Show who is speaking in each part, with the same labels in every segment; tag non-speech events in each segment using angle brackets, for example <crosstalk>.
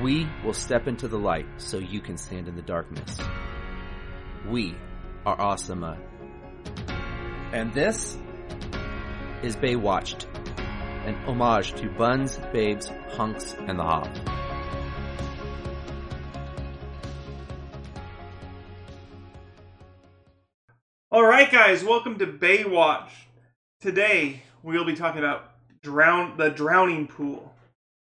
Speaker 1: We will step into the light so you can stand in the darkness. We are Asama. And this is Bay Watched, an homage to Buns, Babes, Hunks, and the Hob.
Speaker 2: All right, guys, welcome to Baywatch. Today we'll be talking about drown the drowning pool.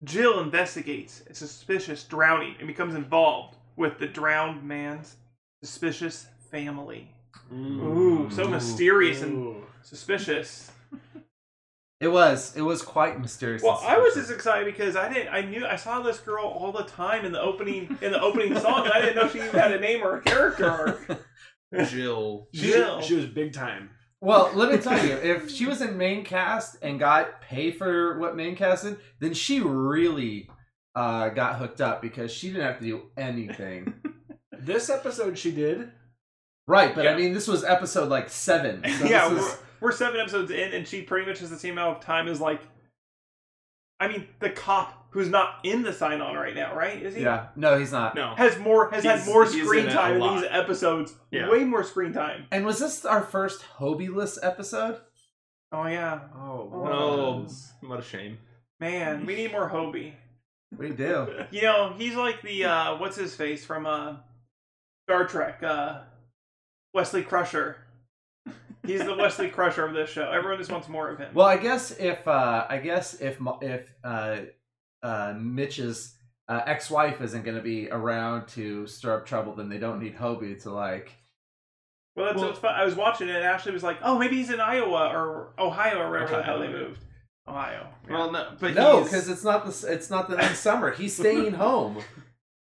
Speaker 2: Jill investigates a suspicious drowning and becomes involved with the drowned man's suspicious family. Ooh, so mysterious and suspicious.
Speaker 1: It was. It was quite mysterious.
Speaker 2: Well, I was just excited because I didn't. I knew I saw this girl all the time in the opening in the opening song, and I didn't know she even had a name or a character. arc.
Speaker 1: Jill.
Speaker 3: She,
Speaker 2: Jill.
Speaker 3: she was big time.
Speaker 4: <laughs> Well, let me tell you, if she was in main cast and got paid for what main cast did, then she really uh, got hooked up because she didn't have to do anything.
Speaker 3: This episode she did.
Speaker 4: right, but
Speaker 2: Yeah.
Speaker 4: I mean, this was episode like seven.
Speaker 5: <laughs>
Speaker 4: So
Speaker 2: yeah,
Speaker 4: this
Speaker 2: we're,
Speaker 4: is,
Speaker 2: we're seven episodes in, and she pretty much has the same amount of time as like. I mean, the cop who's not in the sign on right now, right? Is he?
Speaker 4: yeah. No, he's not.
Speaker 3: No.
Speaker 2: Has more has
Speaker 3: He's-
Speaker 2: had more
Speaker 3: he's in
Speaker 2: screen
Speaker 3: it a
Speaker 2: time in
Speaker 3: lot.
Speaker 2: these episodes.
Speaker 3: Yeah.
Speaker 2: Way more screen time.
Speaker 4: And was this our first Hobie-less episode?
Speaker 2: Oh yeah,
Speaker 4: Oh,
Speaker 2: Oh.
Speaker 3: What a shame.
Speaker 2: man, we need more Hobie.
Speaker 3: <laughs>
Speaker 4: we do.
Speaker 5: <laughs>
Speaker 2: You know, he's like the uh what's his face from uh Star Trek, uh Wesley Crusher. He's
Speaker 3: <laughs>
Speaker 2: the Wesley Crusher of this show. Everyone just wants more of him.
Speaker 4: Well, I guess if uh, I guess if Mo- if uh, uh, Mitch's uh, ex-wife isn't going to be around to stir up trouble, then they don't need Hobie to like
Speaker 2: Well, that's
Speaker 3: Well-
Speaker 2: what's fun. I was watching it, and Ashley was like, "Oh, maybe he's in Iowa or Ohio or wherever the hell they
Speaker 3: Ohio.
Speaker 2: moved." Ohio.
Speaker 3: Well, no, but
Speaker 4: no,
Speaker 3: he's-
Speaker 4: because it's not the s- it's not the next summer. He's
Speaker 5: <laughs>
Speaker 4: staying home.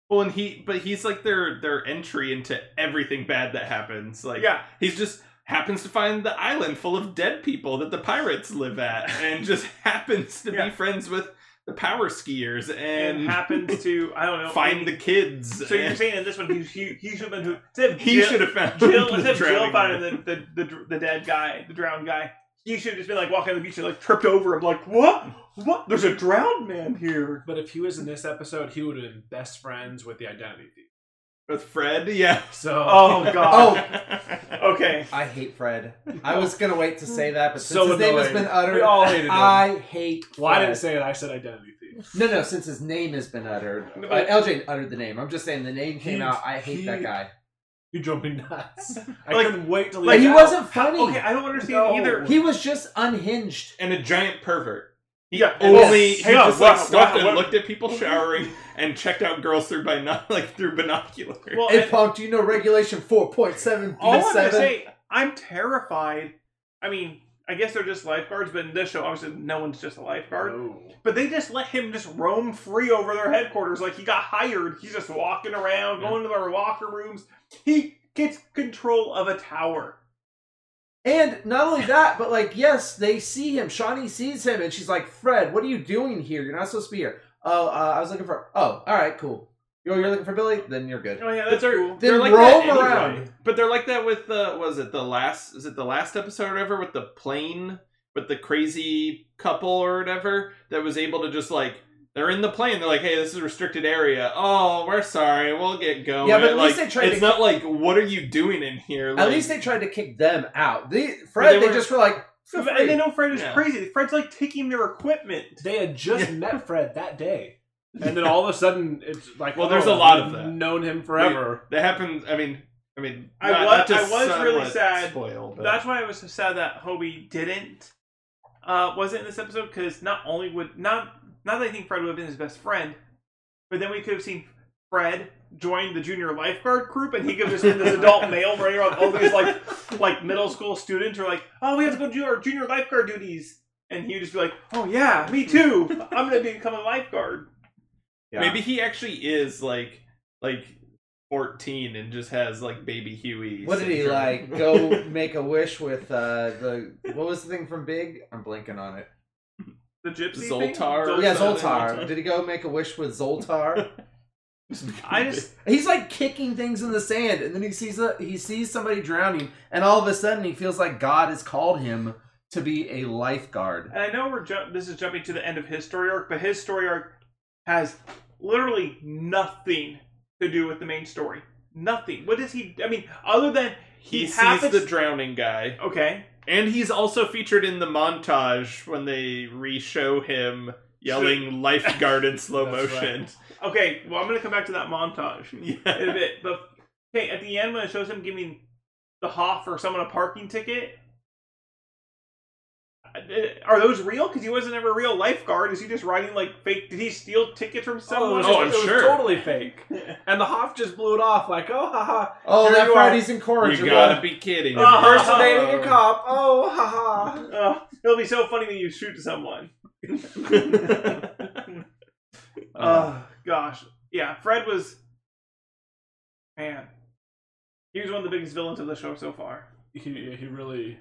Speaker 3: well, and he, but he's like their their entry into everything bad that happens. Like,
Speaker 2: yeah,
Speaker 3: he's just happens to find the island full of dead people that the pirates
Speaker 2: <laughs>
Speaker 3: live at, and just happens to
Speaker 2: Yeah.
Speaker 3: be friends with the power skiers
Speaker 2: and,
Speaker 3: and,
Speaker 2: happens to I don't know
Speaker 3: find the kids.
Speaker 2: So you're
Speaker 3: and
Speaker 2: saying in this one he he, he should have been who instead of
Speaker 3: he
Speaker 2: Jill,
Speaker 3: should have found
Speaker 2: Jill
Speaker 3: the
Speaker 2: instead of Jill
Speaker 3: drowning
Speaker 2: finding
Speaker 3: man.
Speaker 2: the the, the dr- the dead guy, the drowned guy. He should have just been like walking on the beach and like tripped over him, like what? What? There's a drowned man here.
Speaker 5: But if he was in this episode, he would have been best friends with the identity thief.
Speaker 3: with Fred. Yeah.
Speaker 5: So, <laughs>
Speaker 2: Oh God.
Speaker 3: Oh.
Speaker 2: <laughs> Okay.
Speaker 4: I hate Fred. I was gonna wait to say that, but since
Speaker 5: So
Speaker 4: his name has
Speaker 5: annoying.
Speaker 4: been uttered,
Speaker 5: We
Speaker 4: <laughs>
Speaker 5: all hated him.
Speaker 4: I hate. Fred.
Speaker 5: well, I didn't say it. I said identity thief.
Speaker 4: No, no. Since his name has been uttered,
Speaker 2: No,
Speaker 4: uh,
Speaker 2: but-
Speaker 4: LJ uttered the name. I'm just saying the name came
Speaker 5: He-
Speaker 4: out. I hate
Speaker 5: he-
Speaker 4: that guy.
Speaker 5: You drove me nuts. I
Speaker 2: Like-
Speaker 5: couldn't wait to leave.
Speaker 4: But he
Speaker 5: out.
Speaker 4: wasn't funny.
Speaker 3: Oh.
Speaker 2: Okay, I don't understand
Speaker 5: No.
Speaker 2: either.
Speaker 4: He was just unhinged.
Speaker 3: <laughs> and a giant pervert. He
Speaker 2: Yeah,
Speaker 3: only
Speaker 2: yes.
Speaker 3: he
Speaker 2: Yeah,
Speaker 3: just
Speaker 2: Oh, wow,
Speaker 3: like stopped
Speaker 2: wow,
Speaker 3: and
Speaker 2: wow.
Speaker 3: looked at people showering and checked out girls through bino- <laughs> like through binoculars.
Speaker 2: Well,
Speaker 4: Hey,
Speaker 2: and-
Speaker 4: Punk, do you know regulation 4.7
Speaker 2: All I'm gonna
Speaker 4: B7?
Speaker 2: say, I'm terrified. I mean, I guess they're just lifeguards, but in this show, obviously, no one's just a lifeguard.
Speaker 5: No.
Speaker 2: But they just let him just roam free over their headquarters, like he got hired. He's just walking around,
Speaker 3: Yeah.
Speaker 2: going to their locker rooms. He gets control of a tower.
Speaker 4: And not only that, but like, yes, they see him. Shawnee sees him, and she's like, "Fred, what are you doing here? You're not supposed to be here." Oh, uh, I was looking for. Oh, all right, cool. You're, you're looking for Billy? Then you're good.
Speaker 2: Oh yeah,
Speaker 3: But
Speaker 2: that's
Speaker 3: they're,
Speaker 2: cool.
Speaker 3: they're
Speaker 4: Then
Speaker 3: like
Speaker 4: roam
Speaker 3: that
Speaker 4: around.
Speaker 3: anyway. But they're like that with the was it the last is it the last episode or whatever with the plane with the crazy couple or whatever that was able to just like they're in the plane. They're like, hey, this is a restricted area. Oh, we're sorry, we'll get going.
Speaker 4: Yeah, but at least
Speaker 3: Like,
Speaker 4: they tried
Speaker 3: It's
Speaker 4: to-
Speaker 3: not like what are you doing in here?
Speaker 4: At
Speaker 3: Like,
Speaker 4: least they tried to kick them out. They, Fred,
Speaker 3: They
Speaker 4: they,
Speaker 3: were-
Speaker 4: just were like, "Feel free."
Speaker 2: And they know Fred is
Speaker 3: Yeah.
Speaker 2: crazy. Fred's like taking their equipment.
Speaker 5: They had just met Fred that day, and then all of a sudden, it's like,
Speaker 3: Well, there's
Speaker 5: oh,
Speaker 3: a lot of
Speaker 5: we've
Speaker 3: that.
Speaker 5: Known him forever.
Speaker 3: that happened. I mean, I mean,
Speaker 2: I
Speaker 3: not-
Speaker 2: was-
Speaker 3: not to
Speaker 2: I was really
Speaker 3: somewhat
Speaker 2: sad.
Speaker 3: Spoil, but-
Speaker 2: That's why I was so sad that Hobie didn't uh wasn't in this episode because not only would not not that I think Fred would have been his best friend, but then we could have seen Fred join the junior lifeguard group and he could have just been
Speaker 4: <laughs>
Speaker 2: this adult male running around with all these like like middle school students who are like, Oh, we have to go do our junior lifeguard duties and he would just be like, Oh yeah, me too. I'm gonna become a lifeguard.
Speaker 4: Yeah.
Speaker 3: Maybe he actually is like like fourteen and just has like baby Huey.
Speaker 4: What did he
Speaker 3: syndrome.
Speaker 4: like?
Speaker 3: <laughs>
Speaker 4: Go make a wish with uh, the what was the thing from Big? I'm blanking on it.
Speaker 2: The gypsy thing?
Speaker 3: Zoltar or
Speaker 4: Yeah,
Speaker 3: something?
Speaker 4: Zoltar. Did he go make a wish with
Speaker 3: <laughs>
Speaker 4: Zoltar?
Speaker 2: I just
Speaker 4: He's like kicking things in the sand, and then he sees a, he sees somebody drowning, and all of a sudden he feels like God has called him to be a lifeguard.
Speaker 2: And I know we're ju- this is jumping to the end of his story arc, but his story arc has literally nothing to do with the main story. Nothing. What does he? I mean, other than
Speaker 3: He,
Speaker 2: he,
Speaker 3: sees
Speaker 2: happens.
Speaker 3: the drowning guy,
Speaker 2: okay.
Speaker 3: and he's also featured in the montage when they re-show him yelling
Speaker 5: <laughs>
Speaker 3: "lifeguard" in slow
Speaker 5: That's
Speaker 3: motion. <laughs>
Speaker 2: Okay. Well, I'm gonna come back to that montage. <laughs> in a
Speaker 3: Yeah.
Speaker 2: bit. But okay, at the end when it shows him giving the Hoff or someone a parking ticket, uh, are those real? Because he wasn't ever a real lifeguard. Is he just riding like fake? Did he steal tickets from
Speaker 5: Oh, it
Speaker 2: someone?
Speaker 5: was,
Speaker 3: Oh,
Speaker 5: it
Speaker 3: I'm
Speaker 5: was
Speaker 3: sure.
Speaker 5: totally <laughs> fake. And the Hoff just blew it off like, oh, haha.
Speaker 4: Oh,
Speaker 5: Here
Speaker 4: that
Speaker 5: you
Speaker 4: Friday's
Speaker 3: You
Speaker 4: incorrigible.
Speaker 3: gotta be kidding! me.
Speaker 2: Uh-huh.
Speaker 5: Impersonating a cop. Oh, haha.
Speaker 2: Oh, it'll be so funny when you shoot someone.
Speaker 1: Uh,
Speaker 2: Oh gosh, yeah. Fred was man. He was one of the biggest villains of the show so far.
Speaker 5: He, he really.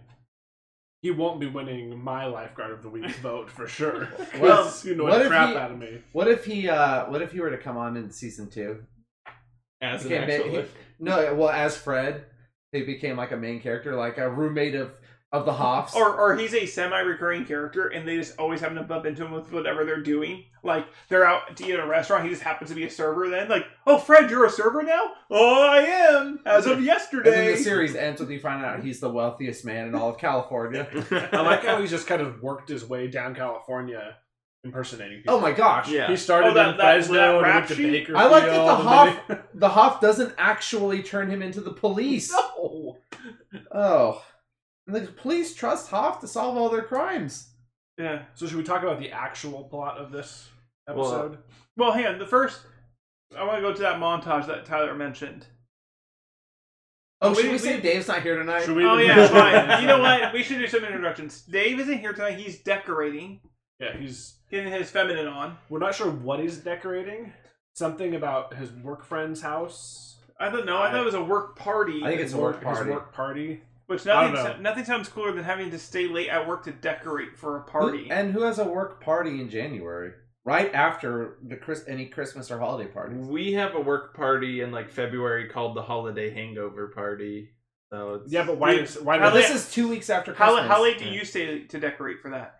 Speaker 5: He won't be winning my lifeguard of the week's vote for sure.
Speaker 4: Well,
Speaker 5: 'Cause you know
Speaker 4: what
Speaker 5: the
Speaker 4: if
Speaker 5: crap
Speaker 4: he-
Speaker 5: out of me.
Speaker 4: What if he? uh What if he were to come on in season two?
Speaker 3: As an
Speaker 4: Okay, but
Speaker 3: actual
Speaker 4: he- No, well, as Fred, he became like a main character, like a roommate of of the Hoffs.
Speaker 2: Or, or he's a semi-recurring character, and they just always happen to bump into him with whatever they're doing. Like they're out to eat at a restaurant, he just happens to be a server. Then, like, oh, Fred, you're a server now? Oh, I am. As of
Speaker 4: and then
Speaker 2: yesterday.
Speaker 4: the series ends with you finding out he's the wealthiest man in all of California.
Speaker 5: I like how he's just kind of worked his way down California impersonating people.
Speaker 4: Oh my gosh!
Speaker 3: yeah.
Speaker 5: He started
Speaker 2: Oh, that-
Speaker 5: in
Speaker 2: that-
Speaker 5: Fresno
Speaker 2: that
Speaker 5: and
Speaker 2: rap
Speaker 5: went to
Speaker 2: sheet?
Speaker 5: Bakerfield.
Speaker 4: I like that the
Speaker 5: and
Speaker 4: Hoff the Hoff doesn't actually turn him into the police.
Speaker 5: then he-
Speaker 4: Oh, and the police trust Hoff to solve all their crimes.
Speaker 2: yeah.
Speaker 5: So should we talk about the actual plot of this episode?
Speaker 2: Well, hang on. The first, I want to go to that montage that Tyler mentioned.
Speaker 4: Oh,
Speaker 2: We-
Speaker 4: should we,
Speaker 2: we-
Speaker 4: say Dave's not here tonight?
Speaker 5: should we? <laughs>
Speaker 2: oh yeah, fine.
Speaker 4: <laughs>
Speaker 2: You know what? We should do some introductions. Dave isn't here tonight. He's decorating,
Speaker 5: Yeah, he's.
Speaker 2: getting his feminine on.
Speaker 5: We're not sure what he's decorating. Something about his work friend's house.
Speaker 2: I don't know. I thought it was a work party,
Speaker 4: I think it's a work
Speaker 5: His
Speaker 4: party.
Speaker 5: work party.
Speaker 2: which
Speaker 5: I don't
Speaker 2: nothing
Speaker 5: know.
Speaker 2: so- nothing sounds cooler than having to stay late at work to decorate for a party.
Speaker 4: Who- and who has a work party in January? Right after the Chris, any Christmas or holiday parties.
Speaker 3: <laughs> We have a work party in like February called the Holiday Hangover Party. So it's,
Speaker 5: Yeah, but why
Speaker 2: Dude,
Speaker 5: does why
Speaker 2: how
Speaker 4: Now,
Speaker 5: does
Speaker 4: this
Speaker 2: late-
Speaker 4: is two weeks after
Speaker 2: How,
Speaker 4: Christmas.
Speaker 2: how late do you stay to decorate for that?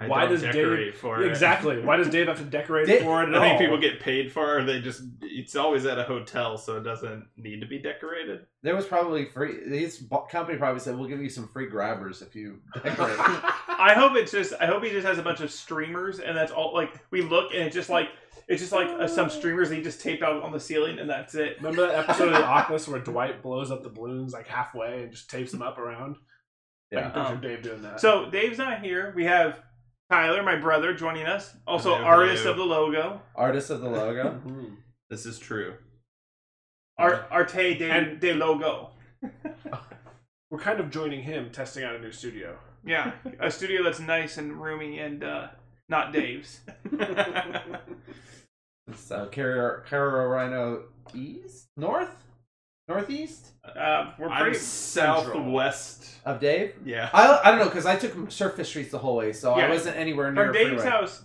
Speaker 3: I
Speaker 5: why
Speaker 3: don't
Speaker 5: does Dave-
Speaker 3: decorate for it.
Speaker 5: exactly why does Dave have to decorate
Speaker 4: Dave-
Speaker 5: for it
Speaker 3: I
Speaker 5: at
Speaker 3: don't think
Speaker 5: all?
Speaker 3: people get paid for, it, or they just it's always at a hotel, so it doesn't need to be decorated.
Speaker 4: There was probably free. This bu- company probably said, "We'll give you some free grabbers if you decorate."
Speaker 2: <laughs> I hope it's just. I hope he just has a bunch of streamers, and that's all. Like we look, and it's just like it's just like uh, some streamers they just taped out on the ceiling, and that's it.
Speaker 5: Remember that episode of The Office where Dwight blows up the balloons like halfway and just tapes them up around? I
Speaker 4: Yeah.
Speaker 5: can picture
Speaker 2: Um,
Speaker 5: Dave doing that.
Speaker 2: So Dave's not here. We have Tyler, my brother, joining us. Also,
Speaker 3: Hello.
Speaker 2: artist of the logo,
Speaker 4: Artist of the logo.
Speaker 5: Mhm.
Speaker 3: This is true.
Speaker 2: Ar- Arte de,
Speaker 5: And-
Speaker 2: de Logo.
Speaker 5: we're kind of joining him, testing out a new studio.
Speaker 2: Yeah, a studio that's nice and roomy and uh, not Dave's.
Speaker 4: So Carrier Carolina East North Northeast
Speaker 2: Uh, we're
Speaker 3: I'm
Speaker 2: pretty.
Speaker 3: southwest.
Speaker 4: of Dave.
Speaker 3: Yeah,
Speaker 4: I, I don't know because I took surface streets the whole way, so
Speaker 2: Yeah.
Speaker 4: I wasn't anywhere near.
Speaker 2: From
Speaker 4: a
Speaker 2: Dave's
Speaker 4: freeway.
Speaker 2: house,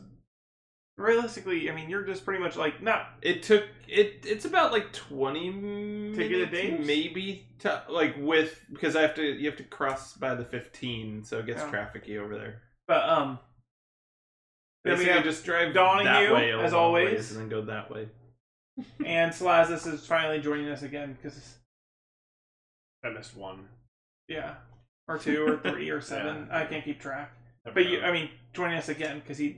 Speaker 2: realistically, I mean, you're just pretty much like not
Speaker 3: it took it. It's about like twenty minutes,
Speaker 2: To get to Dave's?
Speaker 3: maybe to, like with because I have to you have to cross by the fifteen, so it gets
Speaker 2: Oh.
Speaker 3: trafficky over there.
Speaker 2: But um, then we
Speaker 3: Basically,
Speaker 2: have
Speaker 3: just drive
Speaker 2: Donahue,
Speaker 3: that way a
Speaker 2: as
Speaker 3: long
Speaker 2: always.
Speaker 3: ways and then go that
Speaker 2: <laughs>
Speaker 3: way.
Speaker 2: and Slazis is finally joining us again because
Speaker 5: I missed one.
Speaker 2: yeah, or two
Speaker 4: <laughs>
Speaker 2: or three or seven. I can't keep track. But you, I mean, joining us again because he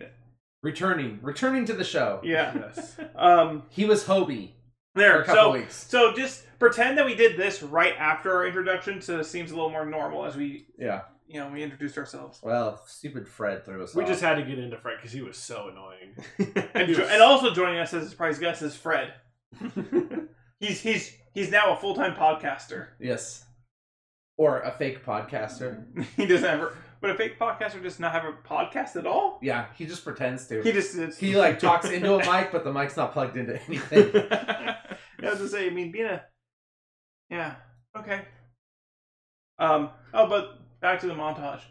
Speaker 4: Returning, returning to the show.
Speaker 2: <laughs>
Speaker 4: <laughs>
Speaker 2: yeah. <laughs>
Speaker 5: yes.
Speaker 2: Um,
Speaker 4: He was Hobie for
Speaker 2: there.
Speaker 4: a couple
Speaker 2: So
Speaker 4: weeks.
Speaker 2: so just pretend that we did this right after our introduction, so it seems a little more normal as we
Speaker 4: Yeah.
Speaker 2: you know we introduced ourselves.
Speaker 4: Well, stupid Fred threw us.
Speaker 5: We
Speaker 4: off.
Speaker 5: just had to get into Fred because he was so annoying.
Speaker 2: And, jo- and also joining us as a surprise guest is Fred. he's he's he's now a full time podcaster. <laughs>
Speaker 4: yes, or a fake podcaster.
Speaker 2: He doesn't ever. But a fake podcaster does not have a podcast at all.
Speaker 4: Yeah, he just pretends to.
Speaker 2: He
Speaker 4: He,
Speaker 2: just it's, <laughs>
Speaker 4: like talks into a mic, but the mic's not plugged into anything.
Speaker 5: <laughs>
Speaker 3: Uh,
Speaker 2: I was to say, I mean, being a yeah, okay. Um. Oh, but back to the montage.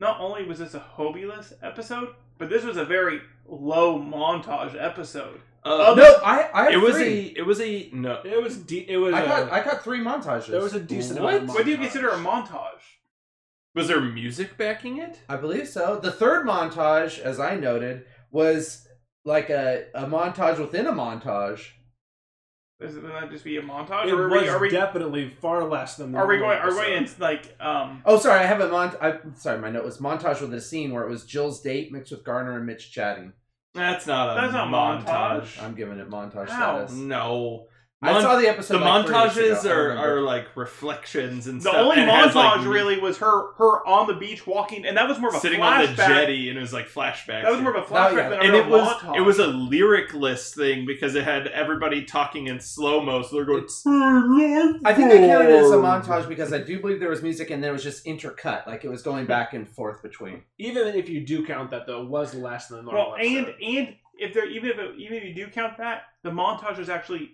Speaker 2: Not only was this a Hobieless episode, but this was a very low montage episode.
Speaker 3: Uh,
Speaker 4: Oh, no, I I have
Speaker 3: it was
Speaker 4: three.
Speaker 3: a it was a no.
Speaker 5: It was de- it was
Speaker 4: I
Speaker 5: a-
Speaker 4: got I got three montages.
Speaker 5: there was a decent
Speaker 3: What?
Speaker 5: amount of
Speaker 2: What do you
Speaker 5: montage.
Speaker 2: consider a montage?
Speaker 3: Was there music backing it?
Speaker 4: I believe so. The third montage, as I noted, was like a, a montage within a montage.
Speaker 2: Does it not just be a montage?
Speaker 5: It
Speaker 2: or are
Speaker 5: was
Speaker 2: we, are we,
Speaker 5: definitely far less than. The
Speaker 2: are we
Speaker 5: normal
Speaker 2: going? Are we
Speaker 3: uh,
Speaker 5: episode.
Speaker 2: going into like um?
Speaker 4: Oh, sorry, I have a mont. I'm sorry, my note was montage with a scene where it was Jill's date mixed with Garner and Mitch chatting.
Speaker 3: That's not a
Speaker 2: That's not montage.
Speaker 4: I'm giving it montage
Speaker 2: Ow.
Speaker 4: status.
Speaker 3: No.
Speaker 4: I
Speaker 3: Mon-
Speaker 4: saw the episode.
Speaker 3: the
Speaker 4: like, three weeks
Speaker 3: montages
Speaker 4: ago. I
Speaker 3: are,
Speaker 4: remember.
Speaker 3: are like reflections and
Speaker 2: The
Speaker 3: stuff.
Speaker 2: only
Speaker 3: and it has,
Speaker 2: montage
Speaker 3: like,
Speaker 2: really was her her on the beach walking, and that was more of a
Speaker 3: sitting
Speaker 2: flashback.
Speaker 3: on the jetty and it was like flashbacks.
Speaker 2: That was more of a
Speaker 4: Oh,
Speaker 2: flashback
Speaker 4: yeah.
Speaker 2: than a
Speaker 3: and
Speaker 2: real
Speaker 3: it was
Speaker 2: montage.
Speaker 3: it was a lyricless thing because it had everybody talking in slow mo, so they're going.
Speaker 4: It's-
Speaker 3: "Hey,
Speaker 4: I think I counted it as a
Speaker 3: Lord."
Speaker 4: montage because I do believe there was music and then it was just intercut, like it was going back and forth between.
Speaker 5: Even if you do count that, though, it was less than the normal.
Speaker 2: well, and
Speaker 5: episode.
Speaker 2: and if there even if it, even if you do count that, the montages actually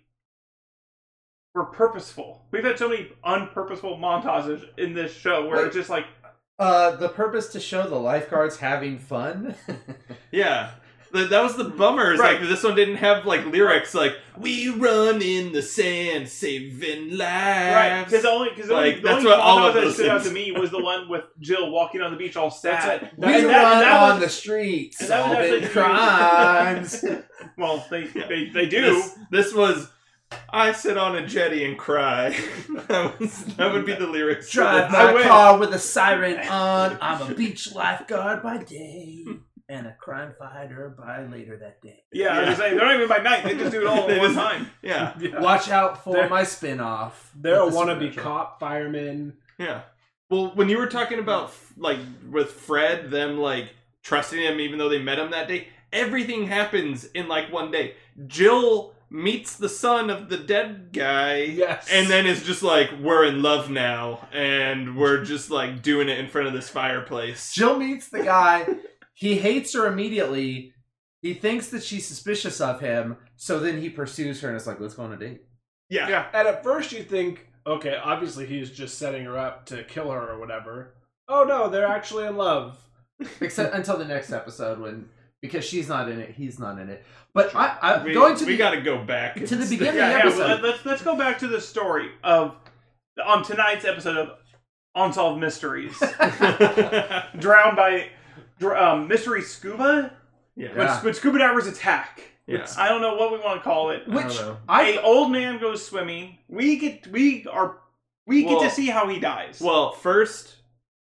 Speaker 2: were purposeful. We've had so many unpurposeful montages in this show where
Speaker 4: Wait.
Speaker 2: it's just like
Speaker 4: Uh, the purpose to show the lifeguards having fun.
Speaker 3: Yeah. That, that was the bummer. Is
Speaker 2: Mm-hmm. Right.
Speaker 3: Like this one didn't have like lyrics like "We run in the sand, saving
Speaker 2: right
Speaker 3: lives."
Speaker 2: because only because
Speaker 3: Like,
Speaker 2: only, the
Speaker 3: that's
Speaker 2: only
Speaker 3: what all
Speaker 2: montage
Speaker 3: of
Speaker 2: that
Speaker 3: those
Speaker 2: stood out to
Speaker 3: things-
Speaker 2: me was the one with Jill walking on the beach all
Speaker 5: That's
Speaker 2: sad.
Speaker 5: it.
Speaker 4: we
Speaker 5: That-
Speaker 4: run <laughs>
Speaker 5: that-
Speaker 2: that
Speaker 4: on
Speaker 2: was-
Speaker 4: the streets,
Speaker 2: and that was
Speaker 4: solving
Speaker 2: actually-
Speaker 4: crimes. <laughs>
Speaker 2: Well, they
Speaker 3: <laughs> Yeah.
Speaker 2: they, they do.
Speaker 3: This, this was. I sit on a jetty and cry. <laughs> that, was, that would be the lyrics. to
Speaker 4: Drive
Speaker 3: this.
Speaker 2: I
Speaker 4: my
Speaker 2: win.
Speaker 4: car with a siren on. I'm a beach lifeguard by day and a crime fighter by later that day.
Speaker 2: Yeah, I was
Speaker 3: Yeah.
Speaker 2: just saying, they're not even by night. They just do it
Speaker 3: <laughs>
Speaker 2: all
Speaker 3: They
Speaker 2: at one
Speaker 3: just-
Speaker 2: time.
Speaker 3: Yeah,
Speaker 5: Yeah.
Speaker 4: Watch out for
Speaker 5: They're-
Speaker 4: my spinoff.
Speaker 5: They're a
Speaker 4: with the
Speaker 5: wannabe
Speaker 4: supernatural.
Speaker 5: cop, fireman.
Speaker 3: yeah. Well, when you were talking about like with Fred, them like trusting him even though they met him that day, everything happens in like one day. Jill meets the son of the dead guy.
Speaker 5: Yes.
Speaker 3: And then it's just like we're in love now, and we're just like doing it in front of this fireplace.
Speaker 4: Jill meets the guy. He hates her immediately. He thinks that she's suspicious of him. So then he pursues her and it's like, let's go on a date.
Speaker 3: Yeah,
Speaker 2: Yeah.
Speaker 5: And at first you think, okay, obviously he's just setting her up to kill her or whatever. Oh no, they're actually in love.
Speaker 4: Except until the next episode when, because she's not in it, he's not in it. But I, I'm
Speaker 3: we,
Speaker 4: going to
Speaker 3: we
Speaker 4: be.
Speaker 3: got to go back
Speaker 4: to the
Speaker 3: <laughs> It's-
Speaker 4: beginning.
Speaker 2: Yeah, yeah.
Speaker 4: episode.
Speaker 2: well, let's let's go back to the story of on tonight's episode of Unsolved
Speaker 3: <laughs>
Speaker 2: Mysteries, drowned by dr- um, mystery scuba
Speaker 3: yeah,
Speaker 2: when,
Speaker 4: Yeah.
Speaker 2: when scuba divers attack.
Speaker 3: yeah.
Speaker 2: I don't know what we want to call it.
Speaker 3: I don't
Speaker 4: which
Speaker 3: know.
Speaker 4: I
Speaker 2: a old man goes swimming. We get we are we
Speaker 3: Well-
Speaker 2: get to see how he dies.
Speaker 3: Well, first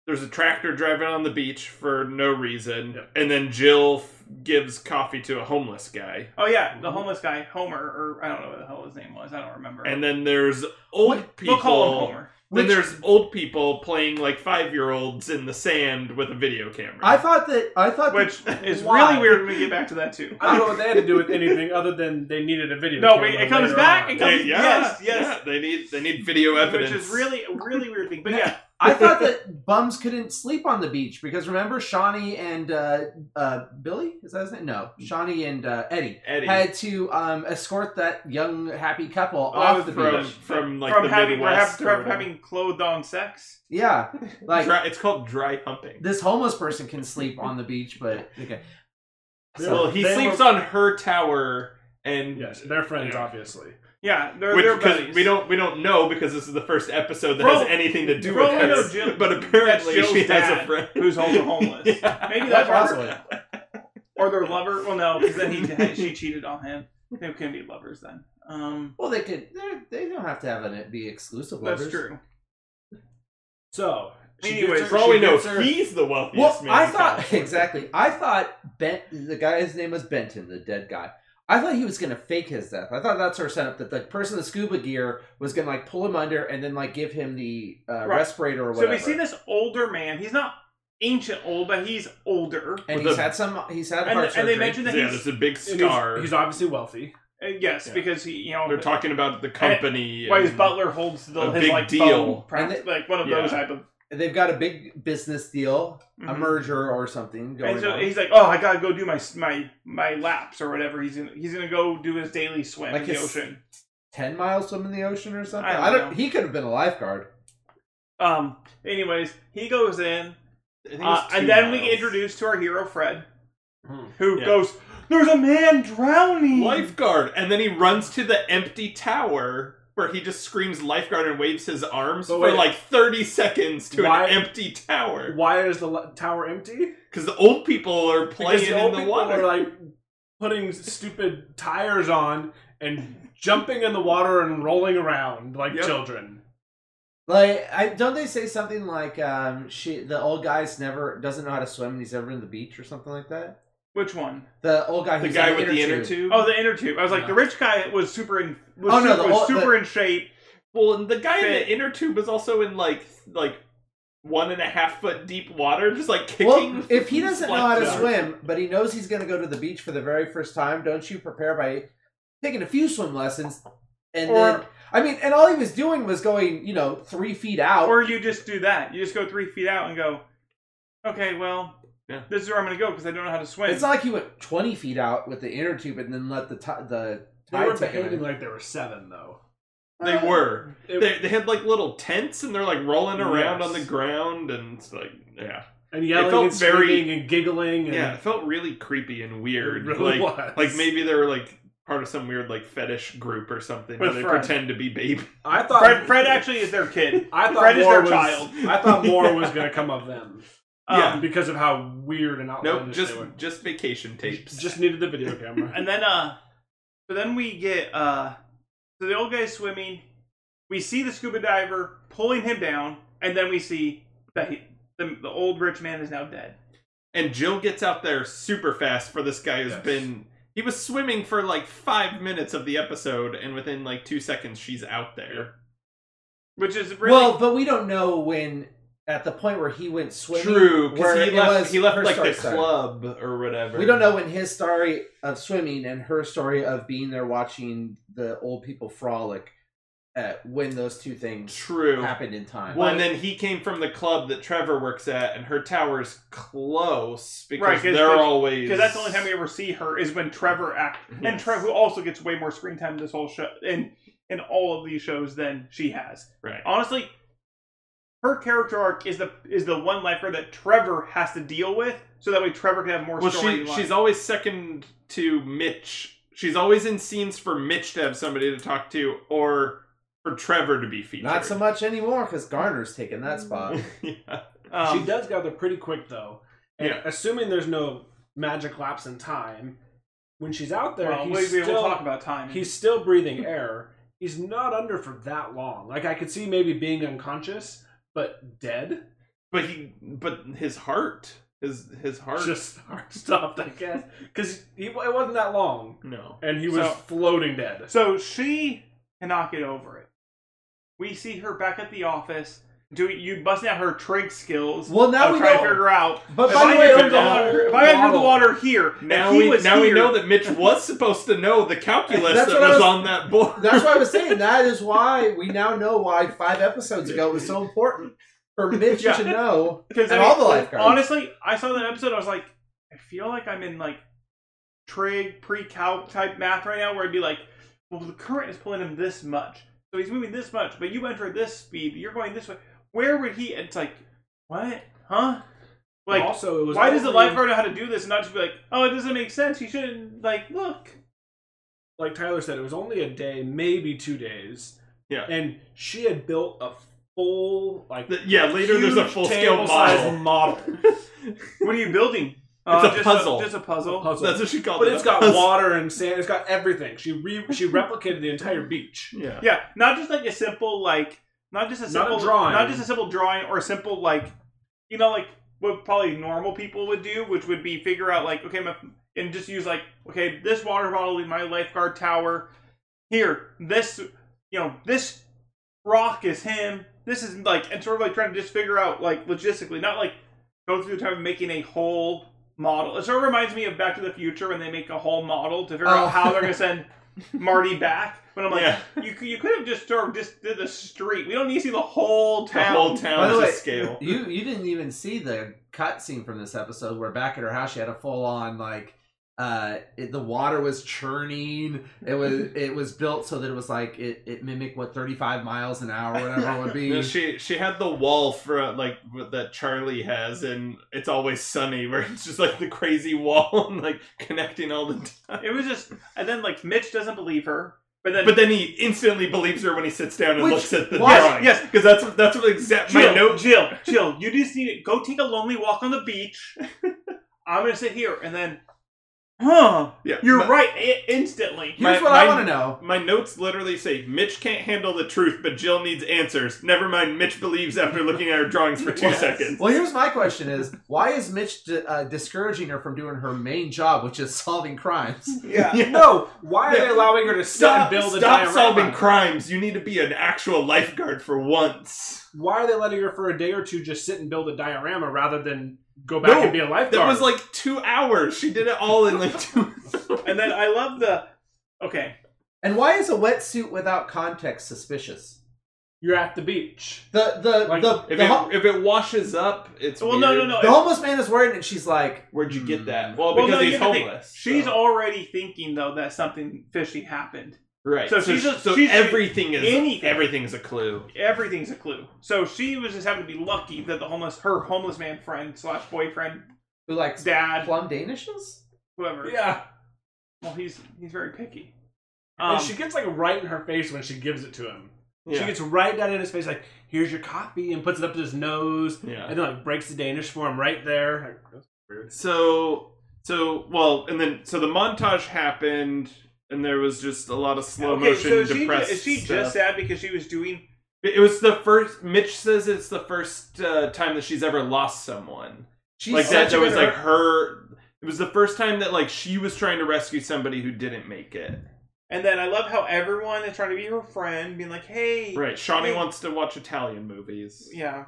Speaker 3: there's a tractor driving on the beach for no reason,
Speaker 5: Yep.
Speaker 3: and then Jill f- gives coffee to a homeless guy,
Speaker 2: oh yeah, the homeless guy Homer, or I don't know what the hell his name was. I don't remember.
Speaker 3: and then there's old people.
Speaker 2: we'll call him Homer.
Speaker 3: Then
Speaker 4: Which-
Speaker 3: there's old people playing like five year olds in the sand with a video camera.
Speaker 4: I thought that I thought
Speaker 3: <laughs>
Speaker 2: Which
Speaker 4: that,
Speaker 2: is
Speaker 4: Why?
Speaker 2: really weird when we get back to that too.
Speaker 5: I don't know what they had to do with anything other than they needed a video.
Speaker 2: No, wait,
Speaker 5: camera
Speaker 2: it comes
Speaker 5: later
Speaker 2: back,
Speaker 5: on.
Speaker 2: it comes-
Speaker 3: They- yeah,
Speaker 2: Yes, yes.
Speaker 3: yeah, they need they need video evidence,
Speaker 2: Which is really a really weird thing. But yeah, <laughs>
Speaker 4: I thought that bums couldn't sleep on the beach because remember Shawnee and uh, uh, Billy is that his name? No, Shawnee and uh, Eddie
Speaker 3: Eddie.
Speaker 4: had to um, escort that young happy couple
Speaker 2: that
Speaker 4: off
Speaker 2: was
Speaker 4: the
Speaker 3: from
Speaker 4: beach.
Speaker 3: from like
Speaker 2: from
Speaker 3: the
Speaker 2: having
Speaker 3: Midwest
Speaker 2: from
Speaker 3: or
Speaker 2: having,
Speaker 3: whatever.
Speaker 2: clothed on sex.
Speaker 4: Yeah, like
Speaker 3: Dry- it's called dry humping.
Speaker 4: this homeless person can sleep on the beach, but okay.
Speaker 5: Yeah.
Speaker 3: well, he
Speaker 5: They
Speaker 3: sleeps
Speaker 5: were-
Speaker 3: on her tower, and
Speaker 5: Yes, they're friends,
Speaker 3: Yeah.
Speaker 5: obviously.
Speaker 2: Yeah, they're,
Speaker 3: which
Speaker 2: they're
Speaker 3: because
Speaker 2: buddies.
Speaker 3: <laughs> we don't we don't know because this is the first episode that
Speaker 2: Well,
Speaker 3: has anything to do
Speaker 2: well,
Speaker 3: with
Speaker 2: we know
Speaker 3: this.
Speaker 2: Jill-
Speaker 3: but apparently
Speaker 2: that's
Speaker 3: she
Speaker 2: Jill's
Speaker 3: has a
Speaker 2: dad,
Speaker 3: friend
Speaker 2: who's
Speaker 3: <laughs>
Speaker 2: also homeless.
Speaker 3: Yeah.
Speaker 2: Maybe
Speaker 4: That's
Speaker 2: that's
Speaker 4: possible.
Speaker 2: her, or their lover. Well, no, because then he she cheated on him. They couldn't be lovers then. Um,
Speaker 4: Well, they could. they're- They don't have to have an, be exclusive.
Speaker 2: that's
Speaker 4: lovers.
Speaker 2: true.
Speaker 5: So, she
Speaker 2: Anyways,
Speaker 5: gets
Speaker 3: For
Speaker 5: her,
Speaker 3: all
Speaker 5: she
Speaker 3: we know,
Speaker 5: gets her-
Speaker 3: he's the wealthiest
Speaker 4: Well,
Speaker 3: man.
Speaker 4: I
Speaker 3: in
Speaker 4: thought <laughs>
Speaker 3: California.
Speaker 4: exactly. I thought Bent, the guy's name was Benton, the dead guy. I thought he was gonna fake his death. I thought that's our setup that the person in the scuba gear was gonna like pull him under and then like give him the uh,
Speaker 2: Right.
Speaker 4: respirator or
Speaker 2: So
Speaker 4: whatever.
Speaker 2: we see this older man. He's not ancient old, but he's older.
Speaker 4: and
Speaker 3: with
Speaker 4: he's
Speaker 3: the-
Speaker 4: had some. He's had
Speaker 2: And,
Speaker 4: heart
Speaker 2: and
Speaker 4: surgery.
Speaker 2: they mentioned that
Speaker 3: yeah,
Speaker 2: he's
Speaker 3: there's a big
Speaker 5: and he's-
Speaker 3: scar.
Speaker 5: He's obviously wealthy.
Speaker 2: uh, yes,
Speaker 3: Yeah.
Speaker 2: because he you know
Speaker 3: They're talking about the company.
Speaker 2: why his
Speaker 3: and-
Speaker 2: butler holds
Speaker 3: A
Speaker 2: the, his
Speaker 3: big
Speaker 2: like
Speaker 3: deal.
Speaker 2: phone, practi-
Speaker 4: And
Speaker 2: like one of
Speaker 3: yeah.
Speaker 2: those type of.
Speaker 4: They've got a big business deal, a
Speaker 2: Mhm.
Speaker 4: merger or something going
Speaker 2: And so
Speaker 4: on.
Speaker 2: he's like, "Oh, I gotta go do my my my laps or whatever." He's gonna he's gonna go do his daily swim
Speaker 4: Like
Speaker 2: in the
Speaker 4: his-
Speaker 2: ocean.
Speaker 4: Ten miles swim in the ocean or something.
Speaker 2: I don't
Speaker 4: I don't.
Speaker 2: know.
Speaker 4: He could have been a lifeguard.
Speaker 2: Um. Anyways, he goes in,
Speaker 3: I think it was
Speaker 2: uh, and
Speaker 3: two
Speaker 2: then we
Speaker 3: miles.
Speaker 2: get introduced to our hero Fred,
Speaker 5: Hmm.
Speaker 2: who
Speaker 3: Yeah.
Speaker 2: goes, "There's a man drowning."
Speaker 3: lifeguard, and then he runs to the empty tower where he just screams lifeguard and waves his arms
Speaker 5: But
Speaker 3: for
Speaker 5: wait.
Speaker 3: like 30 seconds to
Speaker 5: Why-
Speaker 3: an empty tower
Speaker 5: Why is the li- tower empty?
Speaker 3: because the old people are playing
Speaker 5: Because the
Speaker 3: in
Speaker 5: old
Speaker 3: the
Speaker 5: people
Speaker 3: water.
Speaker 5: are like putting stupid tires on and jumping in the water and rolling around like
Speaker 3: Yep.
Speaker 5: children.
Speaker 4: Like, I don't they say something like um, she the old guy's never doesn't know how to swim and he's never been to the beach or something like that.
Speaker 2: Which one?
Speaker 4: The old guy,
Speaker 3: The
Speaker 4: who's
Speaker 3: guy
Speaker 4: on
Speaker 3: with the inner tube.
Speaker 2: Oh, the inner tube. I was like,
Speaker 5: No.
Speaker 2: the rich guy was super in. Was
Speaker 4: Oh, no,
Speaker 2: super,
Speaker 4: the
Speaker 2: was
Speaker 4: all-
Speaker 2: super
Speaker 4: the-
Speaker 2: in shape.
Speaker 3: Well, and the guy in
Speaker 2: Fit.
Speaker 3: the inner tube is also in like like one and a half foot deep water, just like kicking.
Speaker 4: Well, if he doesn't know how to
Speaker 3: sponges.
Speaker 4: swim, but he knows he's going to go to the beach for the very first time, don't you prepare by taking a few swim lessons? And
Speaker 2: Or-
Speaker 4: then, I mean, and all he was doing was going, you know, three feet out.
Speaker 2: Or you just do that. You just go three feet out and go. Okay, well,
Speaker 3: Yeah.
Speaker 2: this is where I'm gonna go because I don't know how to swim.
Speaker 4: it's not like he went twenty feet out with the inner tube and then let the ti the
Speaker 5: They were
Speaker 4: tide take him.
Speaker 5: behaving
Speaker 4: in.
Speaker 5: like they were seven though.
Speaker 3: they
Speaker 4: uh,
Speaker 3: were.
Speaker 5: It-
Speaker 3: They, they had like little tents, and they're like rolling around
Speaker 5: Yes.
Speaker 3: on the ground, and it's like yeah,
Speaker 5: and yelling
Speaker 3: felt
Speaker 5: and
Speaker 3: very-
Speaker 5: screaming and giggling and
Speaker 3: yeah. It felt really creepy and weird.
Speaker 5: It really
Speaker 3: like
Speaker 5: was.
Speaker 3: like maybe they were like part of some weird like fetish group or something where
Speaker 2: With
Speaker 3: they
Speaker 2: Fred.
Speaker 3: pretend to be babies.
Speaker 5: I thought
Speaker 2: Fred, Fred actually is their kid.
Speaker 5: I thought
Speaker 2: Fred is
Speaker 5: more
Speaker 2: their
Speaker 5: was,
Speaker 2: child.
Speaker 5: I thought more
Speaker 3: <laughs>
Speaker 5: was going to come of them
Speaker 4: Oh,
Speaker 2: Um,
Speaker 3: Yeah.
Speaker 5: because of how weird and outlandish
Speaker 3: Nope, just
Speaker 5: they were.
Speaker 3: just vacation tapes.
Speaker 5: Just needed the video
Speaker 3: <laughs>
Speaker 5: camera.
Speaker 2: And then uh so then we get uh so the old guy's swimming, we see the scuba diver pulling him down, and then we see that he, the, the old rich man is now dead.
Speaker 3: and Jill gets out there super fast for this guy who's
Speaker 5: Yes.
Speaker 3: been he was swimming for like five minutes of the episode, and within like two seconds she's out there.
Speaker 2: Which is really
Speaker 4: Well, but we don't know when at the point where he went swimming.
Speaker 3: True,
Speaker 4: where
Speaker 3: because he
Speaker 4: it
Speaker 3: left
Speaker 4: was
Speaker 3: he left
Speaker 4: her
Speaker 3: like the
Speaker 4: story started.
Speaker 3: club or whatever.
Speaker 4: We don't know when his story of swimming and her story of being there watching the old people frolic uh, when those two things
Speaker 3: True.
Speaker 4: happened in time.
Speaker 3: Well, and then he came from the club that Trevor works at, and her tower's close because
Speaker 2: Right, 'cause-
Speaker 3: they're
Speaker 2: 'cause-
Speaker 3: always
Speaker 2: because that's the only time we ever see her is when Trevor act and
Speaker 3: Yes.
Speaker 2: Trevor also gets way more screen time this whole show in in all of these shows than she has.
Speaker 3: right.
Speaker 2: Honestly, her character arc is the is the one lifeguard that Trevor has to deal with, so that way Trevor can have more
Speaker 3: Well, she
Speaker 2: storyline.
Speaker 3: she's always second to Mitch. She's always in scenes for Mitch to have somebody to talk to, or for Trevor to be featured.
Speaker 4: Not so much anymore because Garner's taken that
Speaker 3: <laughs>
Speaker 4: spot.
Speaker 3: yeah.
Speaker 2: Um,
Speaker 5: she does gather pretty quick though. And
Speaker 3: Yeah.
Speaker 5: assuming there's no magic lapse in time, when she's out there,
Speaker 2: Well,
Speaker 5: he's
Speaker 2: we, we
Speaker 5: still
Speaker 2: will talk about time.
Speaker 5: he's still breathing air. He's not under for that long. Like I could see maybe being unconscious, but dead.
Speaker 3: But he, but his heart, his his heart.
Speaker 5: Just <laughs> heart stopped, I guess, because he it wasn't that long,
Speaker 3: no.
Speaker 5: and he was
Speaker 2: So-
Speaker 5: floating dead.
Speaker 2: So she cannot get over it. We see her back at the office doing you busting out her trig skills.
Speaker 4: Well, now
Speaker 2: of
Speaker 4: we
Speaker 2: trying
Speaker 4: know-
Speaker 2: to figure out.
Speaker 4: But
Speaker 2: if
Speaker 4: by
Speaker 2: I
Speaker 4: the way,
Speaker 2: had
Speaker 4: over
Speaker 2: been
Speaker 4: the
Speaker 2: the water,
Speaker 5: whole
Speaker 2: if I had been the
Speaker 5: model-
Speaker 2: water here,
Speaker 3: Now
Speaker 2: if he
Speaker 3: we
Speaker 2: was
Speaker 3: now
Speaker 2: here,
Speaker 3: we know that Mitch was supposed to know the calculus that
Speaker 4: That's
Speaker 3: was,
Speaker 4: what I was-
Speaker 3: on that board. <laughs>
Speaker 4: That's what I was saying. That is why we now know why five episodes ago it was so important for Mitch
Speaker 2: <laughs> Yeah.
Speaker 4: to know.
Speaker 2: because
Speaker 4: and
Speaker 2: I mean,
Speaker 4: all the lifeguards.
Speaker 2: Honestly, I saw that episode. I was like, I feel like I'm in like trig pre-calc type math right now, where I'd be like, well, the current is pulling him this much, so he's moving this much, but you enter at this speed, you're going this way. Where would he? It's like, what? Huh?
Speaker 5: But
Speaker 2: Like,
Speaker 5: also, it was
Speaker 2: Why does the
Speaker 5: only,
Speaker 2: lifeguard know how to do this and not just be like, oh, it doesn't make sense. You shouldn't, like, look.
Speaker 5: like Tyler said, it was only a day, maybe two days.
Speaker 3: Yeah.
Speaker 5: and she had built a full like
Speaker 3: The- yeah, later there's a
Speaker 5: huge
Speaker 3: full scale
Speaker 5: table-sized
Speaker 3: model.
Speaker 5: model.
Speaker 2: What are you building?
Speaker 3: a puzzle.
Speaker 2: Uh, just a puzzle.
Speaker 5: puzzle.
Speaker 3: <laughs> That's what she called
Speaker 5: but
Speaker 3: it.
Speaker 5: it's got water and sand. It's got everything. She re- she replicated the entire beach.
Speaker 3: <laughs> Yeah.
Speaker 2: Yeah, not just like a simple, like, not just a
Speaker 5: Not a
Speaker 2: simple
Speaker 5: drawing.
Speaker 2: Not just a simple drawing or a simple, like, you know, like what probably normal people would do, which would be figure out, like, okay, my, and just use, like, okay, this water bottle in my lifeguard tower. Here, this, you know, this rock is him. This is, like, and sort of like trying to just figure out, like, logistically, not like go through the time of making a whole model. It sort of reminds me of Back to the Future when they make a whole model to figure
Speaker 4: Oh.
Speaker 2: out how they're
Speaker 5: <laughs>
Speaker 2: going to send Marty back. But I'm like,
Speaker 3: Yeah.
Speaker 2: you, c- you could have just sort of just did the street. We don't need to see the whole
Speaker 3: The
Speaker 2: town.
Speaker 3: whole
Speaker 4: By
Speaker 3: town
Speaker 4: the
Speaker 3: is
Speaker 4: way, <laughs>
Speaker 3: a scale. <laughs>
Speaker 4: You you didn't even see the cutscene from this episode where back at her house she had a full on like uh it, the water was churning it
Speaker 3: <laughs>
Speaker 4: was it was built so that it was like it, it mimicked what 35 miles an hour or whatever it would
Speaker 3: <laughs> No,
Speaker 4: be
Speaker 3: she she had the wall for uh, like what- that Charlie has, and it's always sunny, where it's just like the crazy wall <laughs> and like connecting all the time.
Speaker 2: It was just, and then like Mitch doesn't believe her, but then
Speaker 3: But then he instantly believes her when he sits down and
Speaker 4: Which-
Speaker 3: looks at the
Speaker 4: why-
Speaker 3: drawing.
Speaker 2: yes.
Speaker 3: because that's what- that's what exact my
Speaker 2: Jill,
Speaker 3: note.
Speaker 2: Jill, Jill,
Speaker 3: <laughs>
Speaker 2: you just need to go take a lonely walk on the beach. I'm gonna sit here, and then Huh.
Speaker 3: Yeah,
Speaker 2: You're
Speaker 3: my-
Speaker 2: right. I- instantly.
Speaker 3: My-
Speaker 4: Here's what I
Speaker 3: my-
Speaker 4: want to know.
Speaker 3: My notes literally say Mitch can't handle the truth, but Jill needs answers. Never mind, Mitch believes after looking at her drawings for two
Speaker 2: Yes.
Speaker 3: seconds.
Speaker 4: Well, here's my question: Is why is Mitch di- uh, discouraging her from doing her main job, which is solving
Speaker 3: <laughs>
Speaker 4: crimes?
Speaker 2: Yeah.
Speaker 5: <laughs> No, why are
Speaker 3: Yeah.
Speaker 5: they allowing her to sit and
Speaker 3: Stop,
Speaker 5: build a
Speaker 3: stop
Speaker 5: diorama?
Speaker 3: solving crimes. You need to be an actual lifeguard for once.
Speaker 5: Why are they letting her for a day or two just sit and build a diorama rather than go back
Speaker 3: No,
Speaker 5: and be a lifeguard?
Speaker 3: That was like two hours. She did it all in like two. <laughs>
Speaker 2: And then I love the. Okay.
Speaker 4: And why is a wetsuit without context suspicious?
Speaker 5: You're at the beach.
Speaker 4: The the
Speaker 5: Like,
Speaker 4: the,
Speaker 3: If
Speaker 4: the,
Speaker 3: it, <laughs>
Speaker 4: ho-
Speaker 3: if it washes up, it's
Speaker 2: Well, no, no,
Speaker 3: weird.
Speaker 2: no.
Speaker 4: the homeless man is wearing it, and she's like,
Speaker 3: Where'd you get that?
Speaker 1: Hmm.
Speaker 3: Well,
Speaker 2: Well, no,
Speaker 3: because
Speaker 2: you
Speaker 3: he's
Speaker 2: have to think.
Speaker 3: homeless.
Speaker 2: She's
Speaker 3: so-
Speaker 2: already thinking though that something fishy happened.
Speaker 3: right.
Speaker 2: so
Speaker 3: So,
Speaker 2: she's just-
Speaker 3: so
Speaker 2: she's-
Speaker 3: everything is
Speaker 2: anything.
Speaker 3: everything is a clue.
Speaker 2: Everything's a clue. So she was just having to be lucky that the homeless, her homeless man friend slash boyfriend,
Speaker 4: who likes
Speaker 2: dad,
Speaker 4: plum danishes?
Speaker 2: whoever.
Speaker 5: Yeah.
Speaker 2: Well, he's he's very picky. Um,
Speaker 5: and she gets like right in her face when she gives it to him. She
Speaker 3: Yeah.
Speaker 5: gets right down in his face, like, here's your coffee, and puts it up to his nose,
Speaker 3: yeah.
Speaker 5: and then like breaks the Danish for him right there. Like, that's weird.
Speaker 3: So so well, and then so the montage happened, and there was just a lot of slow
Speaker 2: okay,
Speaker 3: motion
Speaker 2: so she,
Speaker 3: depressed.
Speaker 2: is she
Speaker 3: stuff.
Speaker 2: just sad because she was doing?
Speaker 3: It it was the first. Mitch says it's the first uh, time that she's ever lost someone.
Speaker 4: She's
Speaker 3: like that.
Speaker 4: such a
Speaker 3: That was
Speaker 4: good-
Speaker 3: like her. It was the first time that like she was trying to rescue somebody who didn't make it.
Speaker 2: And then I love how everyone is trying to be her friend, being like, "Hey,
Speaker 3: Right. Shawnee
Speaker 2: Hey.
Speaker 3: wants to watch Italian movies
Speaker 2: yeah,"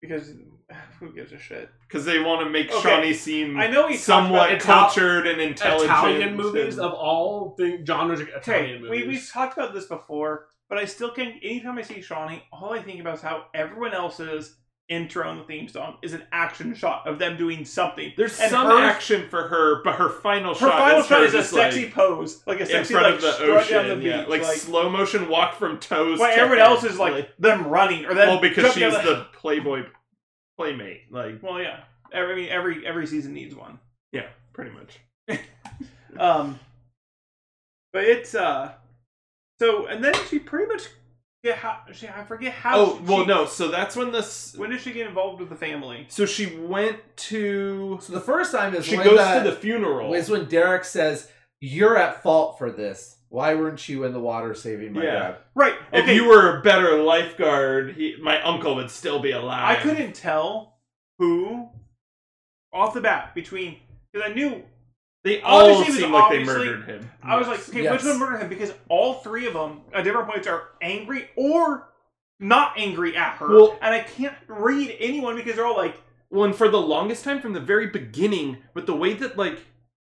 Speaker 2: because <sighs> who gives a shit?
Speaker 3: because they want to make
Speaker 2: Okay.
Speaker 3: Shawnee seem
Speaker 2: I know we talked
Speaker 3: somewhat
Speaker 5: about Ital-
Speaker 3: cultured and intelligent.
Speaker 5: Italian movies
Speaker 3: and-
Speaker 5: of all thing, genres, like
Speaker 2: Okay,
Speaker 5: Italian
Speaker 2: we
Speaker 5: movies.
Speaker 2: we talked about this before, but I still can. Anytime I see Shawnee, all I think about is how everyone else's intro and the theme song is an action shot of them doing something.
Speaker 3: There's
Speaker 2: and
Speaker 3: some
Speaker 2: hers-
Speaker 3: action for her, but her final
Speaker 2: Her
Speaker 3: shot
Speaker 2: final
Speaker 3: is
Speaker 2: shot
Speaker 3: her
Speaker 2: is a
Speaker 3: just,
Speaker 2: sexy
Speaker 3: like,
Speaker 2: pose, like a
Speaker 3: in
Speaker 2: sexy
Speaker 3: front
Speaker 2: like
Speaker 3: of the
Speaker 2: strut
Speaker 3: ocean,
Speaker 2: down the beach,
Speaker 3: yeah, like,
Speaker 2: like,
Speaker 3: slow motion walk from toes.
Speaker 2: while
Speaker 3: to
Speaker 2: everyone
Speaker 3: head,
Speaker 2: else is like, them running or them.
Speaker 3: well, because
Speaker 2: jumping
Speaker 3: she's
Speaker 2: out of
Speaker 3: the playboy playmate, like
Speaker 2: Well, yeah. Every, I mean, every every season needs one.
Speaker 3: pretty much.
Speaker 2: Um, but it's uh, so and then she pretty much yeah. How, she, I forget how.
Speaker 3: Oh
Speaker 2: she-
Speaker 3: well, no. So that's when this.
Speaker 2: When did she get involved with the family?
Speaker 3: So she went to.
Speaker 4: So the first time is
Speaker 3: She
Speaker 4: when
Speaker 3: goes
Speaker 4: that-
Speaker 3: to the funeral.
Speaker 4: is when Derek says, "You're at fault for this. Why weren't you in the water saving Oh my
Speaker 3: Yeah.
Speaker 4: dad?"
Speaker 2: Right.
Speaker 3: If
Speaker 2: Okay.
Speaker 3: you were a better lifeguard, he, my uncle would still be
Speaker 2: I
Speaker 3: alive.
Speaker 2: couldn't tell who off the bat between because I knew
Speaker 3: They all
Speaker 2: Obviously, it was
Speaker 3: seem like they
Speaker 2: obviously-
Speaker 3: murdered him.
Speaker 2: I was like, okay,
Speaker 4: Yes.
Speaker 2: which one murdered him? Because all three of them at different points are angry or not angry at her,
Speaker 3: Well-
Speaker 2: and I can't read anyone because they're all like,
Speaker 3: Well, and for the longest time, from the very beginning, with the way that like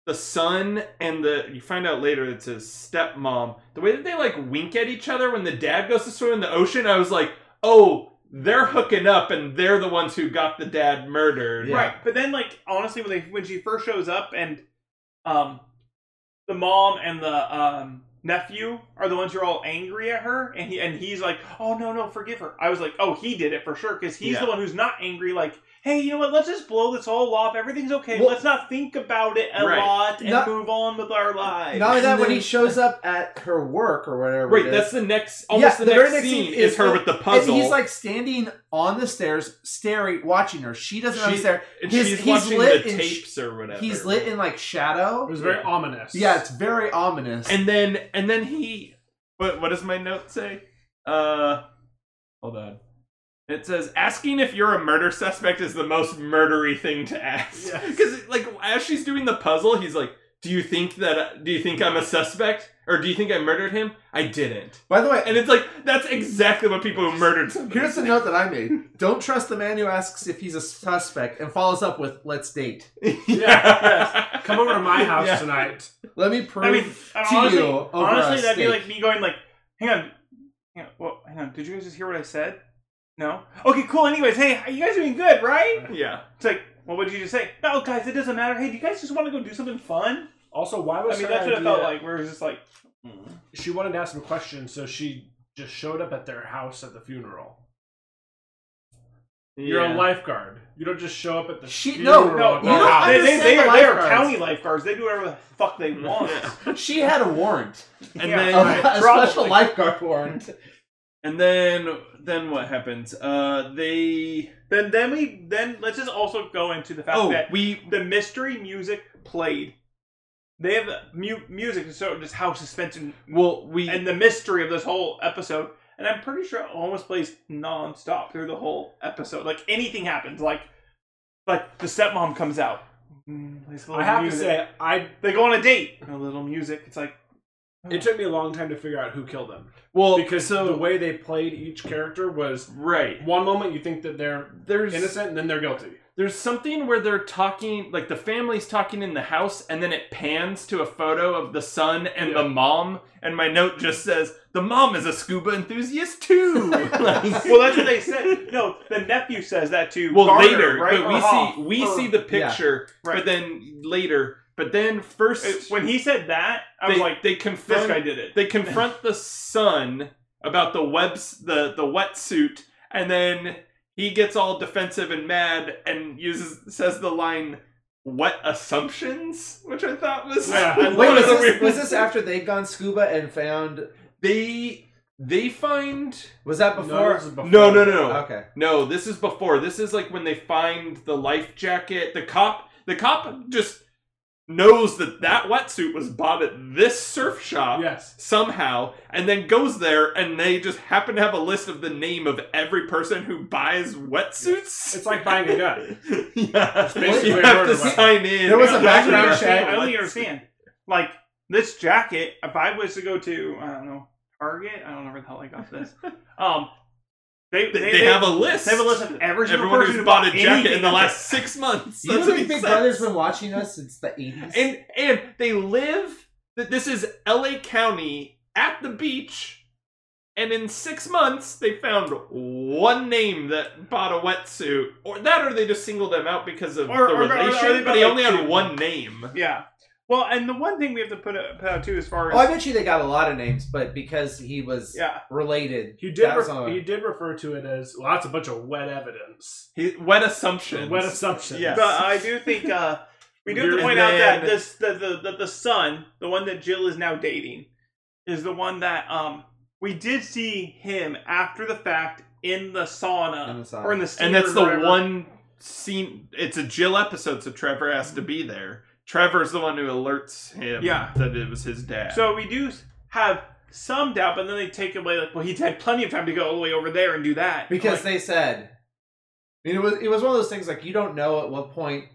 Speaker 3: the son and the you find out later it's his stepmom, the way that they like wink at each other when the dad goes to swim in the ocean, I was like, oh, they're hooking up and they're the ones who got the dad murdered.
Speaker 4: Yeah.
Speaker 2: Right, but then like honestly, when they when she first shows up and um, the mom and the um nephew are the ones who are all angry at her, and he and he's like, oh no no forgive her. I was like, oh he did it for sure because he's
Speaker 3: Yeah.
Speaker 2: the one who's not angry. Like, hey you know what? Let's just blow this whole off. Everything's okay.
Speaker 4: Well-
Speaker 2: Let's not think about it a
Speaker 3: Right.
Speaker 2: lot and
Speaker 4: Not-
Speaker 2: move on with our lives.
Speaker 4: Not only that,
Speaker 3: And
Speaker 4: when
Speaker 3: then-
Speaker 2: <laughs>
Speaker 4: he shows up at her work or whatever,
Speaker 3: Right,
Speaker 4: it is,
Speaker 3: that's the next, almost
Speaker 4: Yeah,
Speaker 3: the,
Speaker 4: the
Speaker 3: next,
Speaker 4: very next
Speaker 3: scene,
Speaker 4: scene
Speaker 3: is
Speaker 4: is
Speaker 3: her
Speaker 4: the-
Speaker 3: with the puzzle.
Speaker 4: and he's like standing on the stairs, staring, watching her. She doesn't
Speaker 3: She-
Speaker 4: understand.
Speaker 3: and
Speaker 4: his-
Speaker 3: she's
Speaker 4: he's
Speaker 3: watching
Speaker 4: lit
Speaker 3: the
Speaker 4: and sh-
Speaker 3: tapes or whatever.
Speaker 4: He's lit in like
Speaker 5: it
Speaker 4: shadow.
Speaker 5: was very
Speaker 3: Yeah.
Speaker 5: ominous.
Speaker 4: Yeah, it's very ominous.
Speaker 3: And then and then he what what does my note say? Uh hold on. It says asking if you're a murder suspect is the most murdery thing to ask. <laughs>
Speaker 5: Yes.
Speaker 3: Cuz like as she's doing the puzzle, he's like, "Do you think that do you think I'm a suspect or do you think I murdered him? I didn't."
Speaker 4: By the way,
Speaker 3: And it's like that's exactly what people who murdered somebody.
Speaker 4: here's the note that I made: Don't trust the man who asks if he's a suspect and follows up with "Let's date."
Speaker 3: yeah. <laughs>
Speaker 5: yes. <laughs> Come over to my house
Speaker 3: Yeah.
Speaker 5: tonight.
Speaker 4: Let me prove
Speaker 2: I mean,
Speaker 4: to
Speaker 2: honestly,
Speaker 4: you. Over
Speaker 2: honestly,
Speaker 4: a
Speaker 2: that'd be
Speaker 4: steak.
Speaker 2: like me going like, hang on, hang on, well, hang on. Did you guys just hear what I said? No. Okay, cool. Anyways, hey, are you guys doing good, right?
Speaker 3: Yeah.
Speaker 2: It's like, well, what did you just say? No, guys, it doesn't matter. Hey, do you guys just want to go do something fun?
Speaker 5: Also, why was
Speaker 2: I mean,
Speaker 5: her
Speaker 2: that's what
Speaker 5: idea?
Speaker 2: it felt like. We were just like,
Speaker 4: Mm-hmm.
Speaker 2: mm.
Speaker 5: She wanted to ask him questions, so she just showed up at their house at the funeral. You're a
Speaker 3: Yeah.
Speaker 5: lifeguard. You don't just show up at the
Speaker 4: She-
Speaker 5: funeral.
Speaker 4: no,
Speaker 2: no,
Speaker 5: at
Speaker 2: you
Speaker 5: their
Speaker 4: don't
Speaker 5: house.
Speaker 2: they, they, they,
Speaker 4: understand the
Speaker 2: are, they are
Speaker 4: lifeguards.
Speaker 2: county lifeguards. They do whatever the
Speaker 4: <laughs>
Speaker 2: fuck they want.
Speaker 4: she had a warrant,
Speaker 3: And
Speaker 2: Yeah.
Speaker 3: then
Speaker 4: a, a <laughs>
Speaker 2: probably.
Speaker 4: special lifeguard <laughs> warrant.
Speaker 3: and then then what happens? Uh they
Speaker 2: then, then we, then let's just also go into the fact
Speaker 3: Oh,
Speaker 2: that
Speaker 3: we
Speaker 2: the mystery music played They have the mu- music to show just how suspension
Speaker 3: Well, we
Speaker 2: and the mystery of this whole episode. And I'm pretty sure it almost plays nonstop through the whole episode. Like anything happens, like like the stepmom comes out. Mm, plays a little
Speaker 5: I have to
Speaker 2: music.
Speaker 5: say, I
Speaker 2: they go on a date. A little music. It's like
Speaker 5: it took me a long time to figure out who killed them
Speaker 3: well
Speaker 5: because the way they played each character was
Speaker 3: right.
Speaker 5: one moment you think that they're
Speaker 3: There's
Speaker 5: innocent and then they're guilty.
Speaker 3: there's something where they're talking like the family's talking in the house and then it pans to a photo of the son and the mom and my note just says the mom is a scuba enthusiast
Speaker 2: <laughs>
Speaker 3: too Like-
Speaker 2: <laughs> well, that's what they said. No, the nephew says that to
Speaker 3: well
Speaker 2: Garner,
Speaker 3: later
Speaker 2: right? Uh-huh. Or
Speaker 3: but we
Speaker 2: Hoff,
Speaker 3: see we
Speaker 2: or-
Speaker 3: see the picture
Speaker 2: Right.
Speaker 3: but then later but then first
Speaker 2: when he said that, I
Speaker 3: they,
Speaker 2: was like,
Speaker 3: they
Speaker 2: this
Speaker 3: confront
Speaker 2: guy did it.
Speaker 3: they confront the son about the webs the the wetsuit and then he gets all defensive and mad and uses says the line what assumptions which i thought was <laughs>
Speaker 5: Yeah.
Speaker 3: I
Speaker 5: Wait,
Speaker 3: thought
Speaker 4: Wait, was
Speaker 3: was a
Speaker 4: this,
Speaker 3: weird-
Speaker 4: was this after they'd gone scuba and found?
Speaker 3: they they find
Speaker 4: Was that
Speaker 5: No,
Speaker 4: before?
Speaker 5: this is before.
Speaker 3: no no no no
Speaker 4: Okay.
Speaker 3: no this is before this is like when they find the life jacket the cop the cop just knows that that wetsuit was bought at this surf shop
Speaker 5: Yes.
Speaker 3: somehow and then goes there and they just happen to have a list of the name of every person who buys wetsuits.
Speaker 5: It's like buying a
Speaker 3: <laughs>
Speaker 5: gun.
Speaker 3: yeah.
Speaker 5: basically
Speaker 3: you
Speaker 5: a
Speaker 3: have
Speaker 5: murder
Speaker 3: to
Speaker 5: weapon.
Speaker 3: sign in.
Speaker 4: There was a
Speaker 2: I don't
Speaker 4: background
Speaker 2: understand-
Speaker 4: check.
Speaker 2: I don't even understand. Like this jacket, if I was to go to I don't know Target, I don't know where the hell I
Speaker 4: <laughs>
Speaker 2: got this. Um, they
Speaker 3: They, they have a list.
Speaker 2: they have a list of every single
Speaker 3: Everyone
Speaker 2: person
Speaker 3: who's
Speaker 2: who
Speaker 3: bought a jacket
Speaker 2: anything
Speaker 3: in the
Speaker 2: with
Speaker 3: last
Speaker 2: it.
Speaker 3: six months.
Speaker 4: You
Speaker 3: That's
Speaker 4: don't
Speaker 3: what
Speaker 4: think
Speaker 3: he
Speaker 4: Big
Speaker 3: said.
Speaker 4: Brother's been watching us since the eighties?
Speaker 3: And and they live that this is LA County at the beach, and in six months they found one name that bought a wetsuit. Or that or they just singled them out because of
Speaker 2: Or-
Speaker 3: the
Speaker 2: or- or- or they
Speaker 3: relation,
Speaker 2: bought,
Speaker 3: but he
Speaker 2: like,
Speaker 3: only
Speaker 2: two.
Speaker 3: had one name.
Speaker 2: Yeah. Well, and the one thing we have to put out, put out too, as far as
Speaker 4: Oh, I bet you they got a lot of names, but because he was
Speaker 2: yeah,
Speaker 4: related,
Speaker 5: He did.
Speaker 4: that was
Speaker 5: Re-
Speaker 4: on-
Speaker 5: he did refer to it as well. That's a bunch of wet evidence.
Speaker 3: He, wet assumptions.
Speaker 5: Wet assumptions.
Speaker 3: Yes.
Speaker 2: but I do think uh, we do have to
Speaker 3: Weird
Speaker 2: point out that
Speaker 3: man.
Speaker 2: this the, the the the son, the one that Jill is now dating, is the one that um we did see him after the fact in the sauna
Speaker 4: In the sauna.
Speaker 2: or in uh, the steam
Speaker 3: and that's
Speaker 2: room
Speaker 3: the
Speaker 2: or whatever.
Speaker 3: one scene. It's a Jill episode, so Trevor has to be there. Trevor's the one who alerts him
Speaker 2: Yeah.
Speaker 3: that it was his dad.
Speaker 2: So we do have some doubt, but then they take away like, well, he's had plenty of time to go all the way over there and do that
Speaker 4: because
Speaker 2: Like,
Speaker 4: they said, I mean, it was it was one of those things like you don't know at what point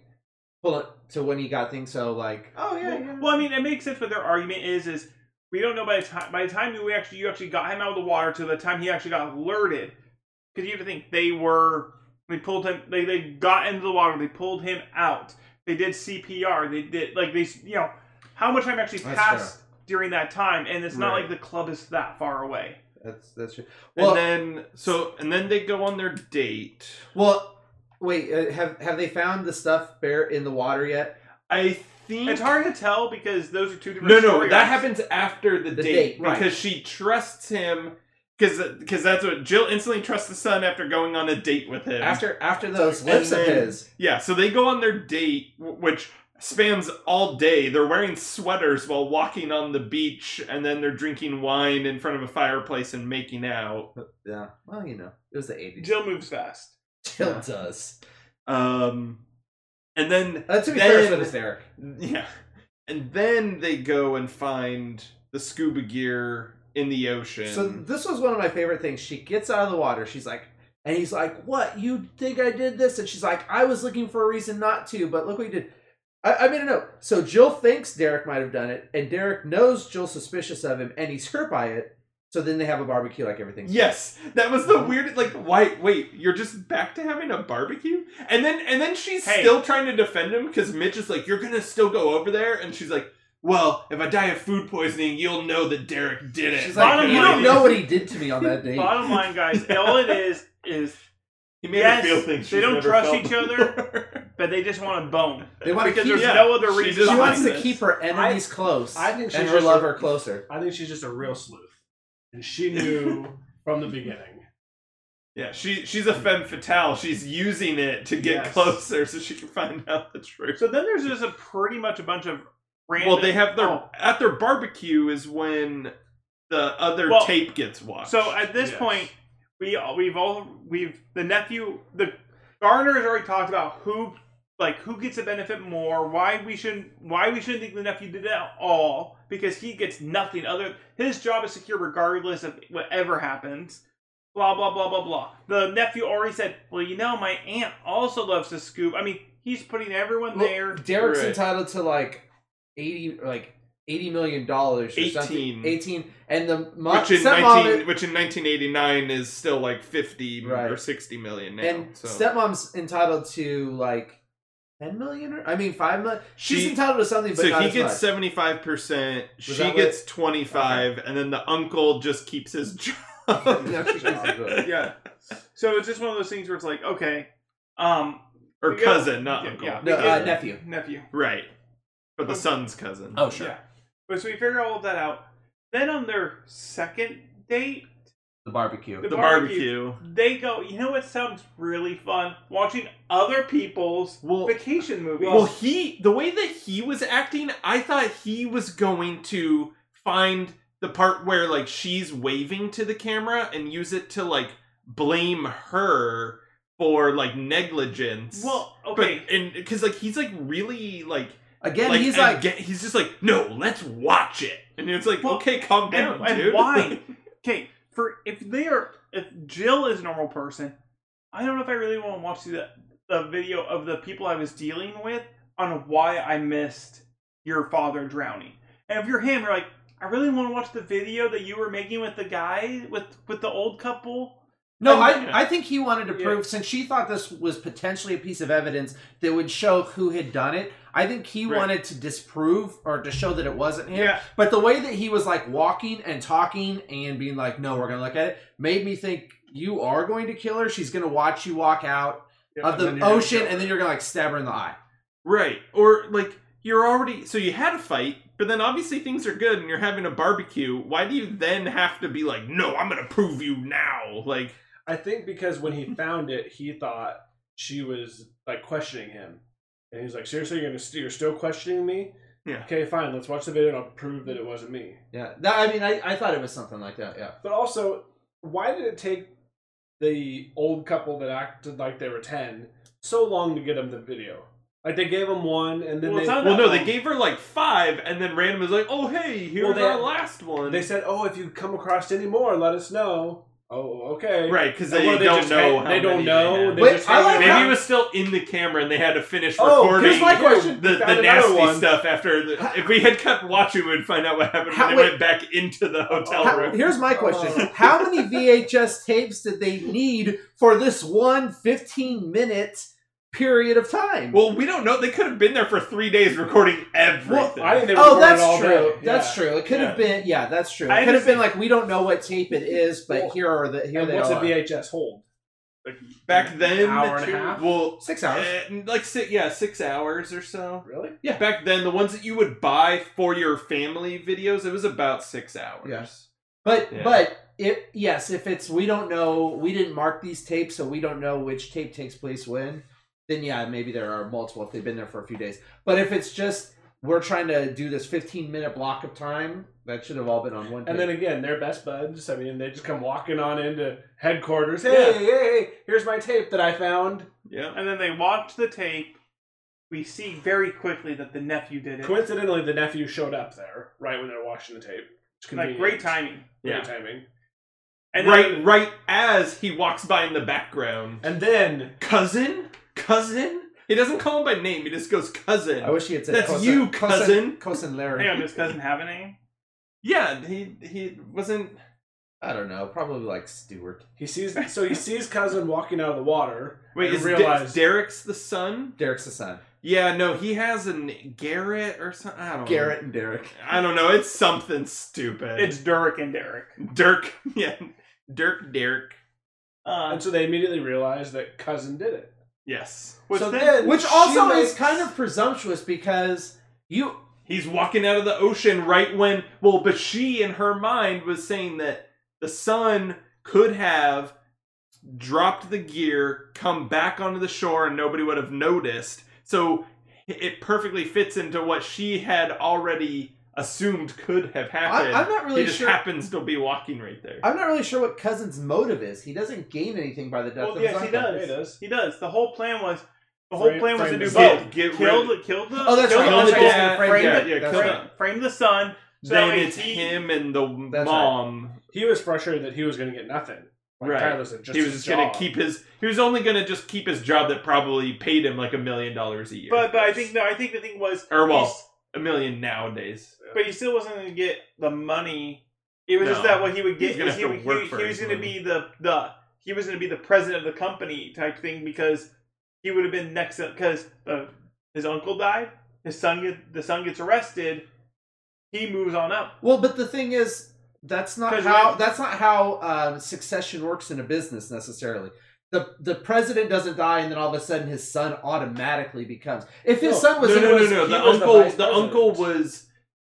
Speaker 4: pull it to when he got things. So like, oh yeah,
Speaker 2: well,
Speaker 4: yeah.
Speaker 2: well, I mean, it makes sense. What their argument is is we don't know by the time by the time you actually you actually got him out of the water to the time he actually got alerted, because you have to think they were they pulled him they they got into the water they pulled him out they did CPR they did like they you know how much time actually
Speaker 4: That's
Speaker 2: passed during that time and it's not
Speaker 3: Right.
Speaker 2: like the club is that far away.
Speaker 4: that's that's true. Well,
Speaker 3: and then so and then they go on their date.
Speaker 4: well, wait, uh, have have they found the stuff bear in the water yet?
Speaker 3: I think
Speaker 2: It's hard to tell because those are two different.
Speaker 3: Mm. No, no,
Speaker 2: story
Speaker 3: that
Speaker 2: arcs.
Speaker 3: happens after the,
Speaker 4: The
Speaker 3: date,
Speaker 4: date, right.
Speaker 3: because she trusts him because because that's what Jill instantly trusts the son after going on a date with him.
Speaker 4: After after those lips of
Speaker 3: then-
Speaker 4: his,
Speaker 3: Yeah, so they go on their date, wh- which spans all day. They're wearing sweaters while walking on the beach, and then they're drinking wine in front of a fireplace and making out.
Speaker 4: yeah. Well, you know, it was the eighties.
Speaker 2: Jill moves fast.
Speaker 4: <laughs> Jill does.
Speaker 3: Um, and then
Speaker 4: Uh, to be
Speaker 3: Then-
Speaker 4: fair, so does Derek.
Speaker 3: yeah, and then they go and find the scuba gear in the ocean.
Speaker 4: So this was one of my favorite things. She gets out of the water. She's like, and he's like, "What? You think I did this?" And she's like, "I was looking for a reason not to, but look what you did." I, I made a note. So Jill thinks Derek might have done it, and Derek knows Jill's suspicious of him, and he's hurt by it. So then they have a barbecue, like everything's
Speaker 3: Yes, that was the weird. Like, why? Wait, you're just back to having a barbecue, and then and then she's
Speaker 2: Hey.
Speaker 3: still trying to defend him because Mitch is like, "You're gonna still go over there," and she's like, "Well, if I die of food poisoning, you'll know that Derek did it."
Speaker 4: She's like,
Speaker 2: Bottom
Speaker 4: "You
Speaker 2: line
Speaker 4: don't
Speaker 2: is-
Speaker 4: know what he did to me on
Speaker 2: <laughs>
Speaker 4: that day."
Speaker 2: Bottom line, guys,
Speaker 3: <laughs>
Speaker 2: all it is is,
Speaker 3: he made
Speaker 2: yes,
Speaker 3: her feel things.
Speaker 2: they
Speaker 3: she's
Speaker 2: don't
Speaker 3: never
Speaker 2: trust
Speaker 3: felt
Speaker 2: each other.
Speaker 3: <laughs> before.
Speaker 2: but they just want a bone
Speaker 4: They want to
Speaker 2: because
Speaker 4: keep.
Speaker 2: there's
Speaker 3: yeah.
Speaker 2: no other
Speaker 3: She
Speaker 2: reason.
Speaker 3: just
Speaker 4: She
Speaker 2: behind
Speaker 4: wants to
Speaker 2: this.
Speaker 4: keep her enemies close
Speaker 5: I think she
Speaker 4: and her
Speaker 5: just-
Speaker 4: lover closer.
Speaker 5: I think she's just a real sleuth, and she knew from the beginning.
Speaker 3: yeah, she she's a femme fatale. She's using it to get
Speaker 5: Yes.
Speaker 3: closer so she can find out the truth.
Speaker 2: So then there's just a pretty much a bunch of random.
Speaker 3: well, they have their
Speaker 2: Oh,
Speaker 3: at their barbecue is when the other
Speaker 2: Well,
Speaker 3: tape gets watched.
Speaker 2: so at this
Speaker 5: Yes.
Speaker 2: point, we all, we've all we've the nephew the Garner has already talked about who like who gets to benefit more, why we shouldn't why we shouldn't think the nephew did it at all, because he gets nothing other his job is secure regardless of whatever happens. Blah blah blah blah blah. The nephew already said, Well, you know, my aunt also loves to scoop. I mean, he's putting everyone
Speaker 4: Well,
Speaker 2: there.
Speaker 4: Derek's
Speaker 3: Right.
Speaker 4: entitled to like eighty, like eighty million dollars or something.
Speaker 3: Eighteen.
Speaker 4: Eighteen, and the mom,
Speaker 3: Which in,
Speaker 4: stepmom,
Speaker 3: 19, which in 1989 is still like 50
Speaker 4: Right.
Speaker 3: or 60 million now.
Speaker 4: and
Speaker 3: so.
Speaker 4: stepmom's entitled to like ten million, or I mean five million. She's
Speaker 3: She-
Speaker 4: entitled to something, but
Speaker 3: so
Speaker 4: not
Speaker 3: he
Speaker 4: as
Speaker 3: gets
Speaker 4: much.
Speaker 3: seventy five percent.
Speaker 4: Was
Speaker 3: She
Speaker 4: that
Speaker 3: gets twenty five, and then the uncle just keeps his job. <laughs>
Speaker 4: No, uh, she keeps his job.
Speaker 2: <laughs> yeah. So it's just one of those things where it's like, okay, um,
Speaker 3: or
Speaker 2: Yeah.
Speaker 3: cousin, not
Speaker 2: Yeah,
Speaker 3: uncle.
Speaker 2: yeah.
Speaker 4: No, uh,
Speaker 2: Yeah.
Speaker 4: nephew.
Speaker 2: nephew.
Speaker 3: Right, but the son's cousin.
Speaker 1: Oh, sure.
Speaker 2: Yeah. But so we figure all of that out. Then on their second date,
Speaker 4: The barbecue.
Speaker 2: The
Speaker 3: the barbecue.
Speaker 2: they go, you know what sounds really fun? Watching other people's
Speaker 3: Well,
Speaker 2: vacation movies.
Speaker 3: well, he the way that he was acting, I thought he was going to find the part where like she's waving to the camera and use it to like blame her for like negligence.
Speaker 2: Well,
Speaker 3: But-
Speaker 2: okay.
Speaker 3: and because like he's like really like
Speaker 4: Again,
Speaker 3: like,
Speaker 4: he's
Speaker 3: and
Speaker 4: like,
Speaker 3: get- he's just like, no, let's watch it, and it's like,
Speaker 2: Well,
Speaker 3: okay, calm down,
Speaker 2: and, and
Speaker 3: dude. <laughs>
Speaker 2: why? Okay, for if they are, if Jill is a normal person, I don't know if I really want to watch the the video of the people I was dealing with on why I missed your father drowning. And if you're him, you're like, I really want to watch the video that you were making with the guy with with the old couple.
Speaker 4: no,
Speaker 3: I'm-
Speaker 4: I, I think he wanted to
Speaker 2: Yeah.
Speaker 4: prove, since she thought this was potentially a piece of evidence that would show who had done it, I think he
Speaker 3: Right.
Speaker 4: wanted to disprove or to show that it wasn't him.
Speaker 2: Yeah,
Speaker 4: But the way that he was like walking and talking and being like, "No, we're gonna look at it," made me think you are going to kill her. She's gonna watch you walk out of the ocean, and then you're gonna like stab her in the eye.
Speaker 3: Right, or like you're already so you had a fight, but then obviously things are good, and you're having a barbecue. Why do you then have to be like, no, I'm gonna prove you now? Like,
Speaker 5: I think because when he found it, he thought she was like questioning him, and he was like, "Seriously, you're gonna st- you're still questioning me?
Speaker 3: Yeah.
Speaker 5: Okay, fine. Let's watch the video, and I'll prove that it wasn't me."
Speaker 4: Yeah, that, I mean, I, I thought it was something like that. Yeah,
Speaker 5: But also, why did it take the old couple that acted like they were ten so long to get him the video? Like they gave him one, and then
Speaker 2: Well, it's
Speaker 5: they,
Speaker 2: not
Speaker 3: well, no, they
Speaker 2: Um,
Speaker 3: gave her like five, and then random is like, oh hey, here's
Speaker 5: Well, they-
Speaker 3: our last one.
Speaker 5: they said, "Oh, if you come across any more, let us know." Oh, okay.
Speaker 3: Right, because
Speaker 5: And
Speaker 3: they,
Speaker 5: what, they
Speaker 3: don't
Speaker 5: just
Speaker 3: know.
Speaker 5: had-
Speaker 3: how
Speaker 5: they don't
Speaker 3: many
Speaker 5: know,
Speaker 3: had.
Speaker 5: they
Speaker 4: Wait,
Speaker 5: just
Speaker 4: I
Speaker 5: had
Speaker 4: like
Speaker 5: it
Speaker 3: Maybe
Speaker 5: out.
Speaker 4: how-
Speaker 3: it was still in the camera and they had to finish
Speaker 5: Oh,
Speaker 3: recording
Speaker 5: here's my question.
Speaker 3: the,
Speaker 5: Found
Speaker 3: the
Speaker 5: another
Speaker 3: nasty
Speaker 5: one.
Speaker 3: stuff after. The, if we had kept watching, we'd find out what happened
Speaker 4: How-
Speaker 3: when they
Speaker 4: wait.
Speaker 3: went back into the
Speaker 5: Oh,
Speaker 3: hotel
Speaker 5: How-
Speaker 3: room.
Speaker 4: here's my question:
Speaker 5: Oh.
Speaker 4: How many VHS tapes did they need for this one 15 minute period of time?
Speaker 3: Well, we don't know. They could have been there for three days recording everything.
Speaker 5: I think they
Speaker 4: oh,
Speaker 5: recorded all
Speaker 4: that's
Speaker 5: day.
Speaker 4: true.
Speaker 5: Yeah.
Speaker 4: That's true. It could have been. Yeah, that's true.
Speaker 2: I
Speaker 4: It could have been
Speaker 2: understand-
Speaker 4: like we don't know what tape it is, but
Speaker 5: Well,
Speaker 4: here are the here
Speaker 5: And
Speaker 4: they
Speaker 5: what's a
Speaker 4: are.
Speaker 5: VHS hold?
Speaker 3: back then,
Speaker 5: Hour and a
Speaker 3: the two-
Speaker 5: half?
Speaker 3: Well,
Speaker 4: Six hours.
Speaker 3: eh, like six, yeah, six hours or so.
Speaker 5: Really?
Speaker 3: Yeah, back then the ones that you would buy for your family videos, it was about six hours.
Speaker 4: Yes. But
Speaker 3: Yeah.
Speaker 4: but it yes, if it's we don't know, we didn't mark these tapes, so we don't know which tape takes place when. Then yeah, maybe there are multiple if they've been there for a few days. But if it's just we're trying to do this 15 minute block of time, that should have all been on one.
Speaker 5: And then
Speaker 4: tape.
Speaker 5: again, they're best buds. I mean, they just come walking on into headquarters. Hey, hey, hey, here's my tape that I found.
Speaker 3: Yeah.
Speaker 2: and then they watch the tape. We see very quickly that the nephew did it.
Speaker 5: Coincidentally, the nephew showed up there right when they're watching the tape. It's
Speaker 2: Like
Speaker 5: convenient.
Speaker 2: great timing.
Speaker 5: Great
Speaker 3: Yeah.
Speaker 5: timing.
Speaker 2: And
Speaker 3: right,
Speaker 2: then-
Speaker 3: right as he walks by in the background.
Speaker 5: And then
Speaker 3: cousin, cousin. He doesn't call him by name. He just goes cousin.
Speaker 4: I wish he had said
Speaker 3: That's
Speaker 4: cousin-
Speaker 3: you,
Speaker 4: cousin,
Speaker 3: cousin.
Speaker 4: Larry.
Speaker 2: Hang on, does cousin have a name?
Speaker 3: yeah, he he wasn't.
Speaker 4: I don't know, probably like Stewart.
Speaker 5: he sees. So he sees cousin walking out of the water.
Speaker 3: Wait,
Speaker 5: and
Speaker 3: is
Speaker 5: realized-
Speaker 3: De- Derek's the son?
Speaker 4: Derek's the son.
Speaker 3: Yeah, no, he has a n- Garrett or something. I don't know.
Speaker 4: Garrett and Derek.
Speaker 3: I don't know. It's something stupid.
Speaker 2: It's Derek and Derek.
Speaker 3: Dirk. <laughs> Yeah, Dirk. Derek.
Speaker 2: Uh,
Speaker 5: and so they immediately realized that cousin did it.
Speaker 3: Yes,
Speaker 2: which
Speaker 5: so
Speaker 2: then,
Speaker 5: then-
Speaker 4: Which
Speaker 5: She
Speaker 4: also is
Speaker 5: makes-
Speaker 4: kind of presumptuous because you
Speaker 3: he's walking out of the ocean right when. Well, but she in her mind was saying that the son could have dropped the gear, come back onto the shore, and nobody would have noticed. So it perfectly fits into what she had already assumed could have
Speaker 4: I,
Speaker 3: happened.
Speaker 4: I'm not really
Speaker 3: he just
Speaker 4: sure
Speaker 3: happens to be walking right there.
Speaker 4: I'm not really sure what Cousin's motive is. He doesn't gain anything by the death
Speaker 2: Well,
Speaker 4: of
Speaker 2: yes,
Speaker 4: his
Speaker 2: he
Speaker 4: uncle.
Speaker 2: does.
Speaker 5: It is.
Speaker 2: He does. The whole plan was The whole
Speaker 5: Frame-
Speaker 2: plan was to
Speaker 5: frame
Speaker 2: do
Speaker 5: the
Speaker 2: both.
Speaker 3: sun. Get
Speaker 2: Killed,
Speaker 3: rid-
Speaker 2: killed the.
Speaker 4: Oh, that's
Speaker 2: killed
Speaker 4: right.
Speaker 2: the
Speaker 4: That's
Speaker 2: uncle,
Speaker 4: right.
Speaker 3: yeah,
Speaker 4: Frame
Speaker 2: frame,
Speaker 3: yeah,
Speaker 2: the-
Speaker 3: yeah,
Speaker 5: that's
Speaker 3: kill
Speaker 5: right.
Speaker 3: them.
Speaker 2: frame the son. So that
Speaker 3: then
Speaker 2: way
Speaker 3: it's
Speaker 2: he-
Speaker 3: him and the
Speaker 4: That's right.
Speaker 3: mom.
Speaker 5: He was frustrated that he was going to get nothing. Like
Speaker 3: Right.
Speaker 5: Tyler said, just
Speaker 3: he was
Speaker 5: his
Speaker 3: just gonna
Speaker 5: job.
Speaker 3: keep his. He was only gonna just keep his job that probably paid him like a million dollars a year.
Speaker 2: But but I think no, I think the thing was,
Speaker 3: or well,
Speaker 2: he's-
Speaker 3: a million nowadays.
Speaker 2: but he still wasn't going to get the money. It was just
Speaker 3: No.
Speaker 2: that what he would
Speaker 3: He's
Speaker 2: get
Speaker 3: gonna
Speaker 2: is he,
Speaker 3: have to
Speaker 2: would- he,
Speaker 3: work
Speaker 2: he
Speaker 3: for
Speaker 2: was
Speaker 3: his
Speaker 2: going to
Speaker 3: money.
Speaker 2: be the the he was going to be the president of the company type thing because he would have been next because uh, his uncle died, his son get, the son gets arrested, he moves on up.
Speaker 4: Well, but the thing is, that's not
Speaker 2: 'Cause
Speaker 4: how
Speaker 2: when-
Speaker 4: that's not how um, succession works in a business necessarily. The the president doesn't die, and then all of a sudden his son automatically becomes. If his
Speaker 5: No,
Speaker 4: son was
Speaker 3: no,
Speaker 4: in
Speaker 3: no, no,
Speaker 4: was-
Speaker 3: no.
Speaker 4: he
Speaker 3: The
Speaker 4: was
Speaker 3: uncle,
Speaker 4: vice
Speaker 3: the,
Speaker 4: president.
Speaker 3: uncle was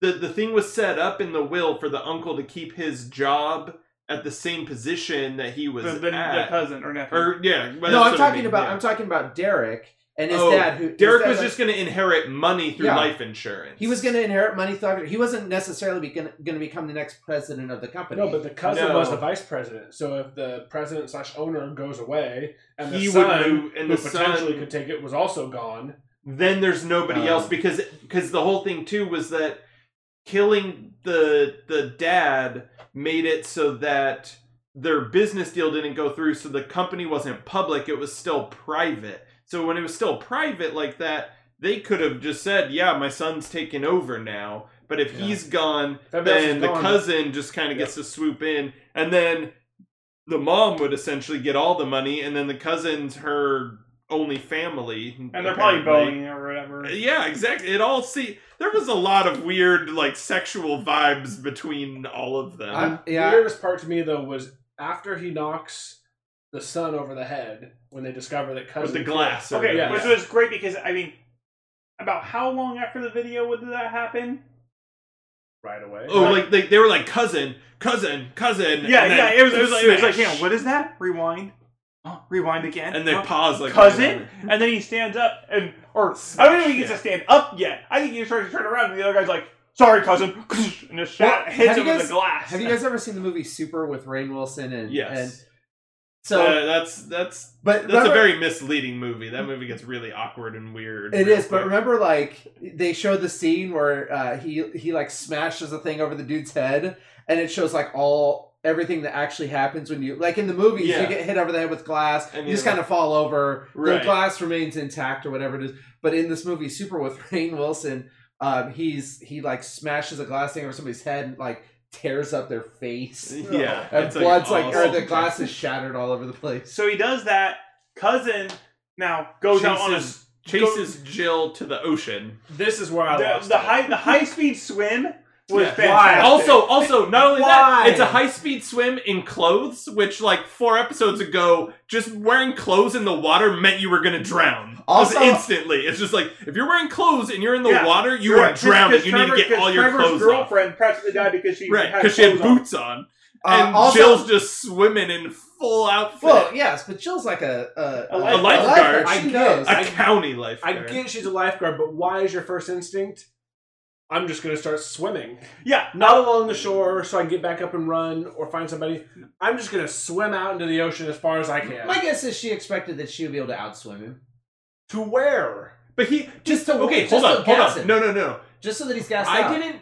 Speaker 3: the the thing was set up in the will for the uncle to keep his job at the same position that he was
Speaker 2: The, the, the
Speaker 3: at.
Speaker 2: cousin or nephew.
Speaker 3: or yeah, well,
Speaker 4: No,
Speaker 3: that's
Speaker 4: I'm
Speaker 3: what I
Speaker 4: talking
Speaker 3: mean,
Speaker 4: about
Speaker 3: yeah.
Speaker 4: I'm talking about Derek and his
Speaker 3: Oh,
Speaker 4: dad. Who his
Speaker 3: Derek
Speaker 4: dad
Speaker 3: was just going to inherit money through
Speaker 4: Yeah.
Speaker 3: life insurance.
Speaker 4: he was going to inherit money. Thought he wasn't necessarily going to become the next president of the company.
Speaker 5: No, but the cousin
Speaker 3: No.
Speaker 5: was the vice president. So if the president slash owner goes away, and the
Speaker 3: He would
Speaker 5: son,
Speaker 3: move- and
Speaker 5: who
Speaker 3: the
Speaker 5: potentially
Speaker 3: son-
Speaker 5: could take it, was also gone.
Speaker 3: Then there's nobody
Speaker 4: Um,
Speaker 3: else because because the whole thing too was that killing the the dad made it so that their business deal didn't go through so the company wasn't public it was still private so when it was still private like that they could have just said yeah my son's taking over now but if
Speaker 5: Yeah.
Speaker 3: he's gone
Speaker 5: If everybody else is
Speaker 3: then the
Speaker 5: gone,
Speaker 3: cousin just kind of gets to swoop in and then the mom would essentially get all the money and then the cousin's her only family
Speaker 2: and they're probably
Speaker 3: apparently.
Speaker 2: boning or whatever.
Speaker 3: yeah exactly it all see there was a lot of weird like sexual vibes between all of them
Speaker 4: I'm-
Speaker 5: The
Speaker 4: yeah,
Speaker 5: weirdest part to me though was after he knocks the son over the head when they discover that
Speaker 3: with
Speaker 5: cousin
Speaker 3: the glass or
Speaker 2: Okay,
Speaker 5: Yeah.
Speaker 2: which was great because I mean, about how long after the video would that happen?
Speaker 5: right away.
Speaker 3: oh like they, they were like cousin cousin cousin
Speaker 2: Yeah,
Speaker 3: and then
Speaker 2: yeah, it was, it was, like- it was like,
Speaker 3: smash.
Speaker 2: hang on, what is that? Rewind, Huh, rewind again,
Speaker 3: and they
Speaker 2: Huh?
Speaker 3: pause like
Speaker 2: cousin, and then he stands up and or I don't even think he gets
Speaker 3: Yeah.
Speaker 2: to stand up yet. I think he just starts to turn around, and the other guy's like, "Sorry, cousin," <laughs> and a shot
Speaker 4: Well,
Speaker 2: hits
Speaker 4: have
Speaker 2: him
Speaker 4: you
Speaker 2: with
Speaker 4: guys-
Speaker 2: the glass.
Speaker 4: have you guys ever seen the movie Super with Rain Wilson and
Speaker 3: yes
Speaker 4: and so?
Speaker 3: Uh, that's that's
Speaker 4: but
Speaker 3: That's
Speaker 4: remember-
Speaker 3: a very misleading movie. That movie gets really awkward and weird.
Speaker 4: It
Speaker 3: real
Speaker 4: is, but
Speaker 3: quick.
Speaker 4: remember, like they showed the scene where uh, he he like smashes a thing over the dude's head, and it shows like all everything that actually happens when you like in the movies
Speaker 3: Yeah.
Speaker 4: you get hit over the head with glass, you
Speaker 3: And you're
Speaker 4: just
Speaker 3: like-
Speaker 4: kind of fall over.
Speaker 3: Right.
Speaker 4: The glass remains intact or whatever it is. But in this movie, Super <laughs> with Rain Wilson, um, he's he like smashes a glass thing over somebody's head and like tears up their
Speaker 3: <laughs>
Speaker 4: face.
Speaker 3: yeah,
Speaker 4: And
Speaker 3: it's
Speaker 4: blood's like, or
Speaker 3: awesome.
Speaker 4: the glass is shattered all over the place.
Speaker 2: So he does that. Cousin now goes out on a
Speaker 3: chases, chases Jill to the ocean.
Speaker 5: This is where I
Speaker 2: the,
Speaker 5: lost
Speaker 2: the
Speaker 5: it.
Speaker 2: high the high speed swim was
Speaker 3: Yeah.
Speaker 2: fantastic.
Speaker 3: Also, also, not only that,
Speaker 4: Why?
Speaker 3: it's a high speed swim in clothes, which like four episodes ago, just wearing clothes in the water meant you were gonna drown.
Speaker 4: Also-
Speaker 3: just instantly, it's just like if you're wearing clothes and you're in the
Speaker 2: Yeah,
Speaker 3: water, you
Speaker 2: You're
Speaker 3: are
Speaker 2: right, 'cause-
Speaker 3: drowning.
Speaker 2: 'cause
Speaker 3: You need to
Speaker 2: Trevor-
Speaker 3: get
Speaker 2: 'cause
Speaker 3: all your
Speaker 2: Trevor's
Speaker 3: clothes off.
Speaker 2: girlfriend practically died because she
Speaker 3: Right,
Speaker 2: had
Speaker 3: because she had
Speaker 2: clothes on.
Speaker 3: boots on,
Speaker 4: Uh,
Speaker 3: and
Speaker 4: also-
Speaker 3: Jill's just swimming in full outfit.
Speaker 4: Well, yes, but Jill's like a a,
Speaker 2: A
Speaker 3: a lifeguard.
Speaker 4: lifeguard. She
Speaker 5: I get-
Speaker 4: knows.
Speaker 3: a
Speaker 5: I-
Speaker 3: county lifeguard.
Speaker 5: I get she's a lifeguard, but why is your first instinct? I'm just gonna start swimming,
Speaker 3: <laughs>
Speaker 2: Yeah,
Speaker 5: not along the shore, so I can get back up and run or find somebody. I'm just gonna swim out into the ocean as far as I can.
Speaker 4: My guess is she expected that she would be able to outswim him.
Speaker 5: to where?
Speaker 3: But he
Speaker 4: Just to
Speaker 3: okay.
Speaker 4: just
Speaker 3: hold
Speaker 4: to
Speaker 3: on, hold
Speaker 4: gas
Speaker 3: on.
Speaker 4: him.
Speaker 3: No, no, no.
Speaker 4: just so that he's gassed out.
Speaker 3: I didn't.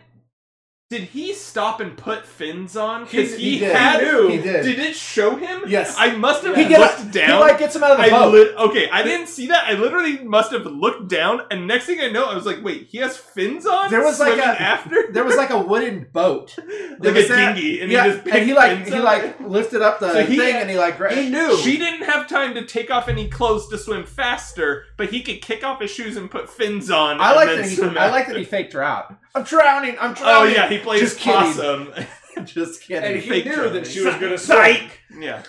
Speaker 3: Did he stop and put fins on? Because
Speaker 4: He-
Speaker 3: he,
Speaker 4: he did.
Speaker 3: had.
Speaker 4: He knew. He did.
Speaker 3: it show him?
Speaker 4: Yes.
Speaker 3: I must have
Speaker 4: He get-
Speaker 3: looked
Speaker 4: He
Speaker 3: down.
Speaker 4: like gets him out of the
Speaker 3: I
Speaker 4: boat.
Speaker 3: lit. okay, I didn't see that. I literally must have looked down, and next thing I know, I was like, "Wait, he has fins on."
Speaker 4: There was like
Speaker 3: Swimming
Speaker 4: a-
Speaker 3: after
Speaker 4: there was like a wooden boat.
Speaker 3: like a
Speaker 4: was that-
Speaker 3: dinghy, <laughs> and
Speaker 4: yeah,
Speaker 3: he just
Speaker 4: and
Speaker 3: picked
Speaker 4: he like
Speaker 3: fins
Speaker 4: he
Speaker 3: up.
Speaker 4: like lifted up the
Speaker 3: So he-
Speaker 4: thing and he like gra-
Speaker 5: He knew.
Speaker 3: She didn't have time to take off any clothes to swim faster, but he could kick off his shoes and put fins on.
Speaker 4: I
Speaker 3: and
Speaker 4: like
Speaker 3: then
Speaker 4: that he
Speaker 3: swim
Speaker 4: I
Speaker 3: after.
Speaker 4: like that he faked her out. I'm drowning. I'm
Speaker 3: Oh
Speaker 4: drowning.
Speaker 3: yeah, he plays
Speaker 4: Just kidding.
Speaker 3: possum. <laughs>
Speaker 4: <laughs> just
Speaker 5: and
Speaker 4: kidding.
Speaker 5: he
Speaker 3: fake
Speaker 5: knew
Speaker 3: drumming.
Speaker 5: that she was gonna swim.
Speaker 2: psych.
Speaker 3: yeah.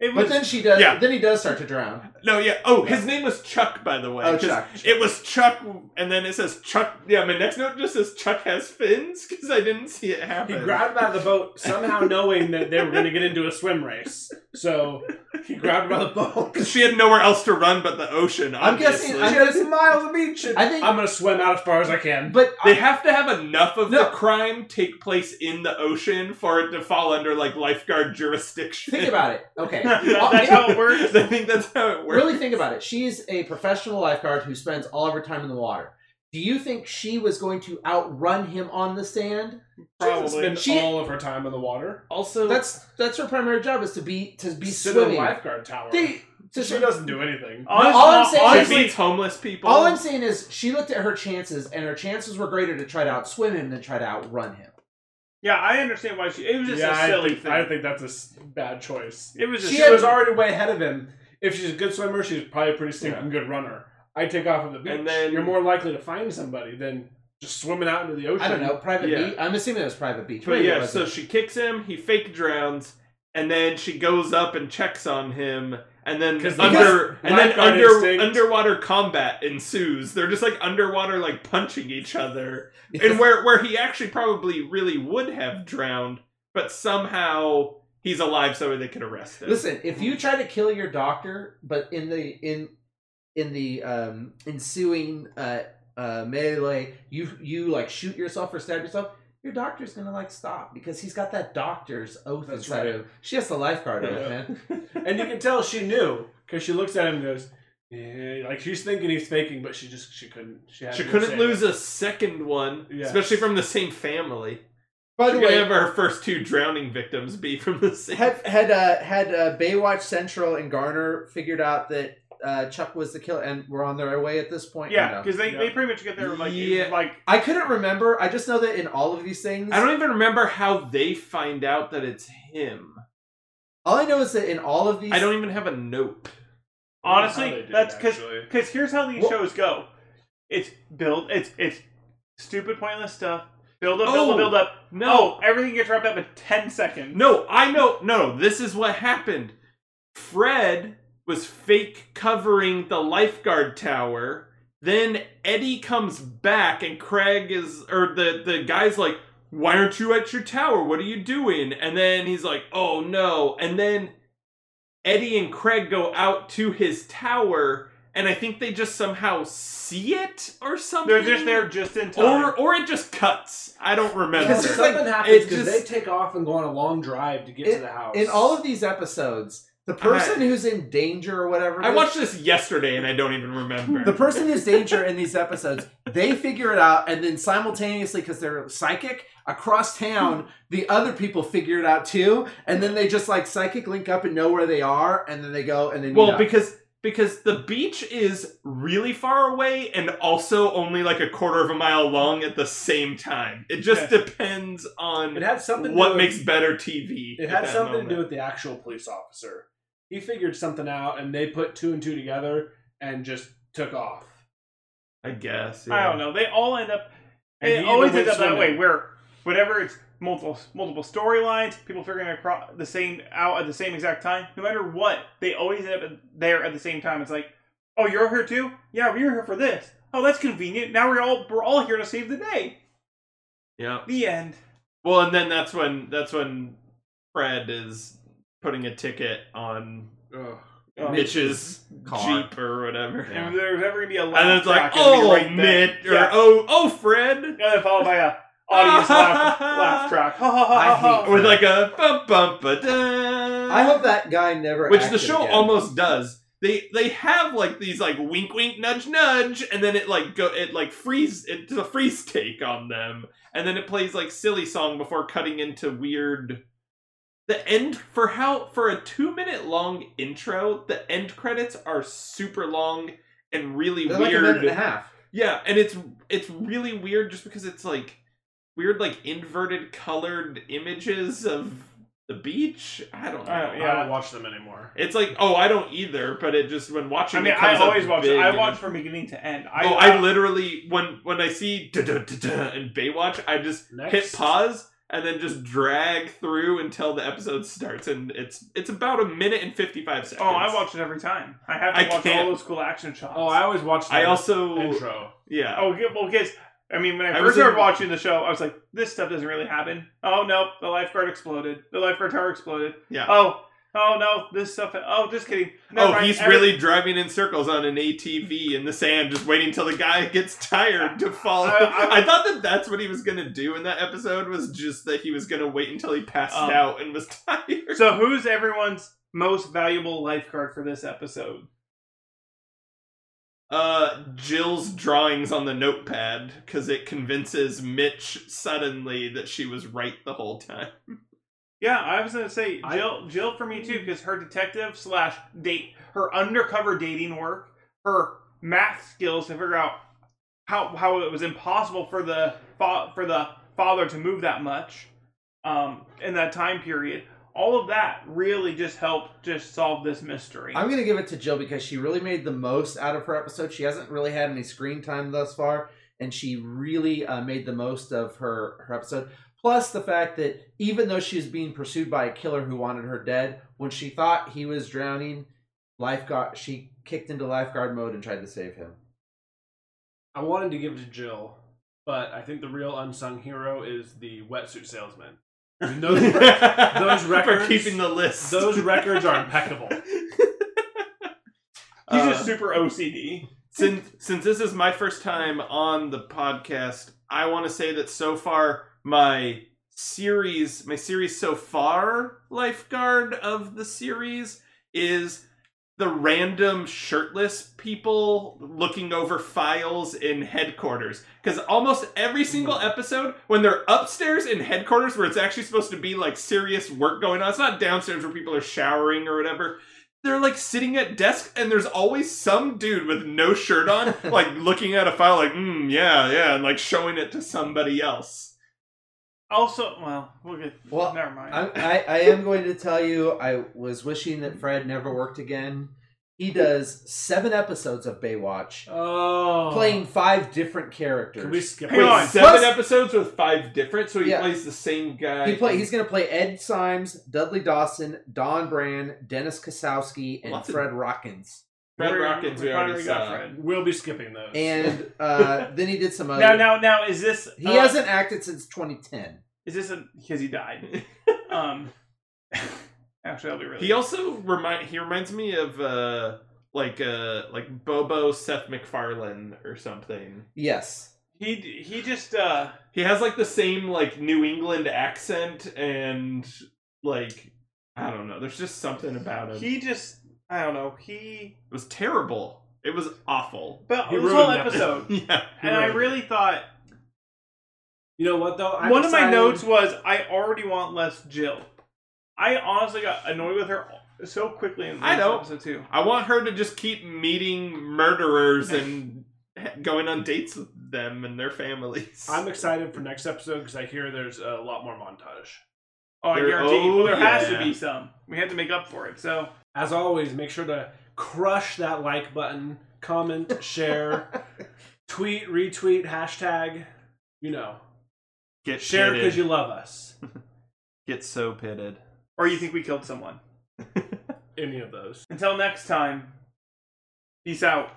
Speaker 2: It was
Speaker 4: But then she does.
Speaker 3: Yeah.
Speaker 4: Then he does start to drown.
Speaker 3: No, yeah. Oh, his name was Chuck, by the way.
Speaker 4: Oh,
Speaker 3: 'cause
Speaker 4: Chuck.
Speaker 3: It was Chuck, and then it says Chuck. Yeah, my next note just says Chuck has fins because I didn't see it
Speaker 5: He
Speaker 3: happen.
Speaker 5: grabbed him out of the boat somehow, knowing that they were gonna get into a swim race. So he grabbed him out of the boat.
Speaker 3: 'Cause <laughs> she had nowhere else to run but the ocean.
Speaker 4: I'm guessing-
Speaker 3: obviously.
Speaker 5: She has miles of beach. and
Speaker 4: I think-
Speaker 5: I'm gonna swim out as far as I can.
Speaker 3: <laughs>
Speaker 4: But
Speaker 3: they have to have enough of
Speaker 4: No.
Speaker 3: the crime take place in the ocean for it to fall under like lifeguard jurisdiction. <laughs>
Speaker 4: think about it. Okay,
Speaker 2: That- that's how it works.
Speaker 3: I think that's how it works.
Speaker 4: Really think about it. She's a professional lifeguard who spends all of her time in the water. Do you think she was going to outrun him on the sand?
Speaker 5: doesn't
Speaker 2: Probably.
Speaker 5: spend
Speaker 4: She-
Speaker 5: all of her time in the water.
Speaker 3: Also,
Speaker 4: That's that's her primary job is to be to be
Speaker 5: Sit in the
Speaker 4: swimming.
Speaker 5: lifeguard tower.
Speaker 4: They- to
Speaker 5: she
Speaker 4: swim-
Speaker 5: doesn't do anything.
Speaker 2: Honestly,
Speaker 4: all I'm saying
Speaker 3: she
Speaker 4: is-
Speaker 2: honestly,
Speaker 3: beats homeless people.
Speaker 4: all I'm saying is she looked at her chances, and her chances were greater to try to outswim him than try to outrun him.
Speaker 2: yeah, I understand why she. It was just
Speaker 5: yeah,
Speaker 2: a silly
Speaker 5: I think,
Speaker 2: thing.
Speaker 5: I think that's a s- bad choice.
Speaker 2: it was just.
Speaker 5: She,
Speaker 4: had-
Speaker 5: was already way ahead of him. If she's a good swimmer, she's probably a pretty stinking good runner. I take off of the beach.
Speaker 3: And then-
Speaker 5: you're more likely to find somebody than just swimming out into the ocean.
Speaker 4: I don't know, private
Speaker 3: Yeah.
Speaker 4: beach. I'm assuming it was private beach.
Speaker 3: But
Speaker 4: Maybe it
Speaker 3: yeah, so
Speaker 4: wasn't. <laughs>
Speaker 3: she kicks him, he fake drowns, and then she goes up and checks on him, and then
Speaker 5: 'Cause
Speaker 3: under and then
Speaker 5: lifeguard
Speaker 3: under
Speaker 5: instinct.
Speaker 3: underwater combat ensues. They're just like underwater, like punching
Speaker 4: <laughs>
Speaker 3: each other,
Speaker 4: Yes.
Speaker 3: and where where he actually probably really would have drowned, but somehow he's alive, so they could arrest him.
Speaker 4: Listen, if you try to kill your doctor, but in the in in the um, ensuing uh, uh, melee, you you like shoot yourself or stab yourself, your doctor's gonna like stop because he's got that doctor's oath
Speaker 5: That's
Speaker 4: inside
Speaker 5: right.
Speaker 4: of him. She has the lifeguard
Speaker 3: Yeah.
Speaker 4: oath,
Speaker 3: <laughs>
Speaker 4: man.
Speaker 5: And you can tell she knew because she looks at him and goes, "Yeah," like she's thinking he's faking, but she just she couldn't. She, had
Speaker 3: she
Speaker 5: to
Speaker 3: couldn't
Speaker 5: say
Speaker 3: lose
Speaker 5: it.
Speaker 3: a second one,
Speaker 5: Yeah.
Speaker 3: especially from the same family.
Speaker 4: By
Speaker 3: She could have her first two drowning victims be from the same.
Speaker 4: had had uh, had uh, Baywatch Central and Garner figured out that uh, Chuck was the killer, and were on their way at this point. Or
Speaker 2: yeah,
Speaker 4: no?
Speaker 2: because they,
Speaker 5: Yeah.
Speaker 2: they pretty much get there like
Speaker 3: Yeah.
Speaker 2: like
Speaker 4: I couldn't remember. I just know that in all of these things,
Speaker 3: I don't even remember how they find out that it's him.
Speaker 4: all I know is that in all of these,
Speaker 3: I don't even have a note.
Speaker 5: I don't know how
Speaker 2: honestly,
Speaker 5: they did,
Speaker 2: that's 'cause-
Speaker 5: actually.
Speaker 2: Because here's how these
Speaker 4: Well-
Speaker 2: shows go: it's build, it's it's stupid, pointless stuff. Build up, build
Speaker 3: Oh,
Speaker 2: up, build up.
Speaker 3: no.
Speaker 2: oh, everything gets wrapped up in ten seconds.
Speaker 3: No, I know. No, this is what happened. Fred was fake covering the lifeguard tower. Then Eddie comes back, and Craig is, or the the guy's like, "Why aren't you at your tower? What are you doing?" And then he's like, "Oh no!" And then Eddie and Craig go out to his tower, and I think they just somehow see it or something.
Speaker 2: they're just there just in time.
Speaker 3: or or it just cuts. I don't <laughs> remember.
Speaker 4: Because
Speaker 5: Because
Speaker 4: it's
Speaker 5: something
Speaker 4: like-
Speaker 5: happens
Speaker 3: it
Speaker 5: because
Speaker 3: just-
Speaker 5: they take off and go on a long drive to get to the house.
Speaker 4: in all of these episodes, the person who's in danger or whatever.
Speaker 3: I
Speaker 4: it is-
Speaker 3: watched this yesterday and I don't even remember.
Speaker 4: the person who's danger in these episodes. They figure it out, and then simultaneously, because they're psychic across town, the other people figure it out too, and then they just like psychic link up and know where they are, and then they go and then
Speaker 3: well,
Speaker 4: meet up.
Speaker 3: because because the beach is really far away and also only like a quarter of a mile long at the same time. It just depends
Speaker 5: it
Speaker 3: on
Speaker 5: had something. to
Speaker 3: what
Speaker 5: do with-
Speaker 3: makes better TV.
Speaker 5: It had something to do with the actual police officer. He figured something out, and they put two and two together and just took off.
Speaker 3: I guess.
Speaker 2: I
Speaker 3: yeah.
Speaker 2: don't know. They all end up.
Speaker 5: And he
Speaker 2: It
Speaker 5: even
Speaker 2: always
Speaker 5: went
Speaker 2: ends up that
Speaker 5: swimming.
Speaker 2: way. Where whenever it's multiple multiple storylines, people figuring across the same out at the same exact time. No matter what, they always end up there at the same time. It's like, oh, you're here too. Yeah, we were here for this. Oh, that's convenient. Now we're all we're all here to save the day.
Speaker 3: Yeah.
Speaker 2: The end.
Speaker 3: Well, and then that's when that's when Fred is putting a ticket on
Speaker 5: Ugh.
Speaker 3: Oh.
Speaker 2: Um,
Speaker 3: Mitch's
Speaker 4: Car.
Speaker 3: Jeep or whatever.
Speaker 2: And if there was ever gonna be a laugh
Speaker 3: And it's like,
Speaker 2: track, it'd be
Speaker 3: oh,
Speaker 2: right there.
Speaker 3: Mitch, or
Speaker 2: yeah.
Speaker 3: oh, oh, Fred.
Speaker 2: and then followed by
Speaker 3: <laughs>
Speaker 2: a audience laugh, laugh track. Ha ha ha ha.
Speaker 4: I
Speaker 2: ha.
Speaker 3: with like a bum bum ba da.
Speaker 4: I hope that guy never.
Speaker 3: which the
Speaker 4: acted
Speaker 3: show
Speaker 4: again.
Speaker 3: almost does. They they have like these like wink wink nudge nudge, and then it like go it like freeze it does a freeze take on them, and then it plays like silly song before cutting into weird. The end for how for a two minute long intro, the end credits are super long and really
Speaker 4: They're like a
Speaker 3: weird.
Speaker 4: minute and a half.
Speaker 3: Yeah, and it's it's really weird just because it's like weird like inverted colored images of the beach. I don't know.
Speaker 2: I don't-
Speaker 5: I
Speaker 2: Yeah.
Speaker 5: don't watch them anymore.
Speaker 3: It's like oh I don't either, but it just when watching.
Speaker 2: I mean,
Speaker 3: it
Speaker 2: I
Speaker 3: comes
Speaker 2: always
Speaker 3: up
Speaker 2: watch
Speaker 3: big
Speaker 2: it. I
Speaker 3: and-
Speaker 2: watch from beginning to end. I, uh,
Speaker 3: oh, I literally when when I see da da da da and Baywatch, I just
Speaker 5: Next.
Speaker 3: hit pause and then just drag through until the episode starts, and it's it's about a minute and fifty five seconds.
Speaker 2: Oh, I watch it every time. I have to
Speaker 3: I
Speaker 2: watch
Speaker 3: can't.
Speaker 2: all those cool action shots.
Speaker 5: Oh, I always watch.
Speaker 3: I
Speaker 5: the
Speaker 3: also
Speaker 5: intro.
Speaker 3: yeah.
Speaker 2: Oh, yeah, well, because I mean, when I
Speaker 3: I
Speaker 2: first
Speaker 3: was in-
Speaker 2: started watching the show, I was like, "This stuff doesn't really happen." Oh no, the lifeguard exploded. The lifeguard tower exploded.
Speaker 3: Yeah.
Speaker 2: Oh, oh no, this stuff. Oh, just kidding. Never
Speaker 3: oh,
Speaker 2: mind.
Speaker 3: he's
Speaker 2: Every-
Speaker 3: really driving in circles on an ATV in the sand, just waiting till the guy gets tired to fall.
Speaker 2: I- I-
Speaker 3: I, thought that that's what he was gonna do in that episode was <laughs> just that he was gonna wait until he passed
Speaker 2: Um,
Speaker 3: out and was tired.
Speaker 2: So who's everyone's most valuable lifeguard for this episode?
Speaker 3: Uh, Jill's drawings on the notepad because it convinces Mitch suddenly that she was right the whole time.
Speaker 2: Yeah, I was gonna say Jill. Jill for me too, because her detective slash date, her undercover dating work, her math skills to figure out how how it was impossible for the fa- for the father to move that much um, in that time period. All of that really just helped just solve this mystery.
Speaker 4: I'm gonna give it to Jill because she really made the most out of her episode. She hasn't really had any screen time thus far, and she really uh, made the most of her her episode. Plus, the fact that even though she was being pursued by a killer who wanted her dead, when she thought he was drowning, lifeguard she kicked into lifeguard mode and tried to save him.
Speaker 5: I wanted to give it to Jill, but I think the real unsung hero is the wetsuit salesman. I
Speaker 2: <laughs>
Speaker 5: mean, <laughs>
Speaker 3: <laughs>
Speaker 5: those, those records-
Speaker 3: for keeping the list.
Speaker 5: those records are
Speaker 2: <laughs>
Speaker 5: impeccable.
Speaker 2: He's
Speaker 3: Uh,
Speaker 2: just super OCD.
Speaker 3: since since this is my first time on the podcast, I want to say that so far my series my series so far lifeguard of the series is the random shirtless people looking over files in headquarters because almost every single episode when they're upstairs in headquarters where it's actually supposed to be like serious work going on it's not downstairs where people are showering or whatever they're like sitting at desk and there's always some dude with no
Speaker 4: <laughs>
Speaker 3: shirt on like looking at a file like mm, yeah yeah and like showing it to somebody else
Speaker 2: Also, well, we'll get.
Speaker 4: Well,
Speaker 2: never mind.
Speaker 4: I'm, I, I am going to tell you, I was wishing that Fred never worked again. He does seven episodes of Baywatch,
Speaker 5: Oh,
Speaker 4: playing five different characters.
Speaker 5: Can we skip?
Speaker 2: Hang
Speaker 5: it?
Speaker 3: Wait,
Speaker 2: on.
Speaker 3: seven
Speaker 4: Plus-
Speaker 3: episodes with five different so he
Speaker 4: Yeah.
Speaker 3: plays the same guy
Speaker 4: He play. He's going to play Ed Symes, Dudley Dawson, Don Brand, Dennis Kosowski, and
Speaker 3: Lots of-
Speaker 4: Fred Rockins.
Speaker 3: Red
Speaker 2: We're-
Speaker 3: Rockins we
Speaker 2: we've
Speaker 3: already saw
Speaker 2: Fred.
Speaker 5: We'll be skipping those.
Speaker 4: And uh, then he did some other.
Speaker 2: <laughs> Now, now, now, is this
Speaker 4: he
Speaker 2: uh,
Speaker 4: hasn't acted since 2010.
Speaker 2: Is this a because he <laughs> died? um, actually, that'll be really.
Speaker 3: he also remind he reminds me of uh like uh like Bobo Seth MacFarlane or something
Speaker 4: Yes.
Speaker 2: he he just uh
Speaker 3: he has like the same like New England accent and like I don't know there's just something about him
Speaker 2: he just I don't know he
Speaker 3: it was terrible it was
Speaker 2: <laughs>
Speaker 3: awful
Speaker 2: but
Speaker 5: He
Speaker 2: this whole
Speaker 5: ruined
Speaker 2: <laughs>
Speaker 5: that.
Speaker 2: episode
Speaker 3: yeah
Speaker 2: and I really thought
Speaker 5: you know what though? I'm
Speaker 2: one of my
Speaker 5: excited.
Speaker 2: notes was I already want less Jill. I honestly got annoyed with her so quickly in this
Speaker 3: I don't.
Speaker 2: episode too.
Speaker 3: I want her to just keep meeting murderers and going on dates with them and their families.
Speaker 5: I'm excited for next episode because I hear there's a lot more montage.
Speaker 2: Oh, I
Speaker 3: There-
Speaker 2: guarantee. well,
Speaker 3: oh,
Speaker 2: there has to
Speaker 3: yeah.
Speaker 2: be some. We had to make up for it. So
Speaker 5: As always, make sure to crush that like button, comment, share, tweet, retweet, hashtag. You know,
Speaker 3: get
Speaker 5: share
Speaker 3: pitted.
Speaker 5: because you love us.
Speaker 3: get so pitted.
Speaker 2: or you think we killed someone?
Speaker 5: Any of those.
Speaker 2: Until next time. Peace out.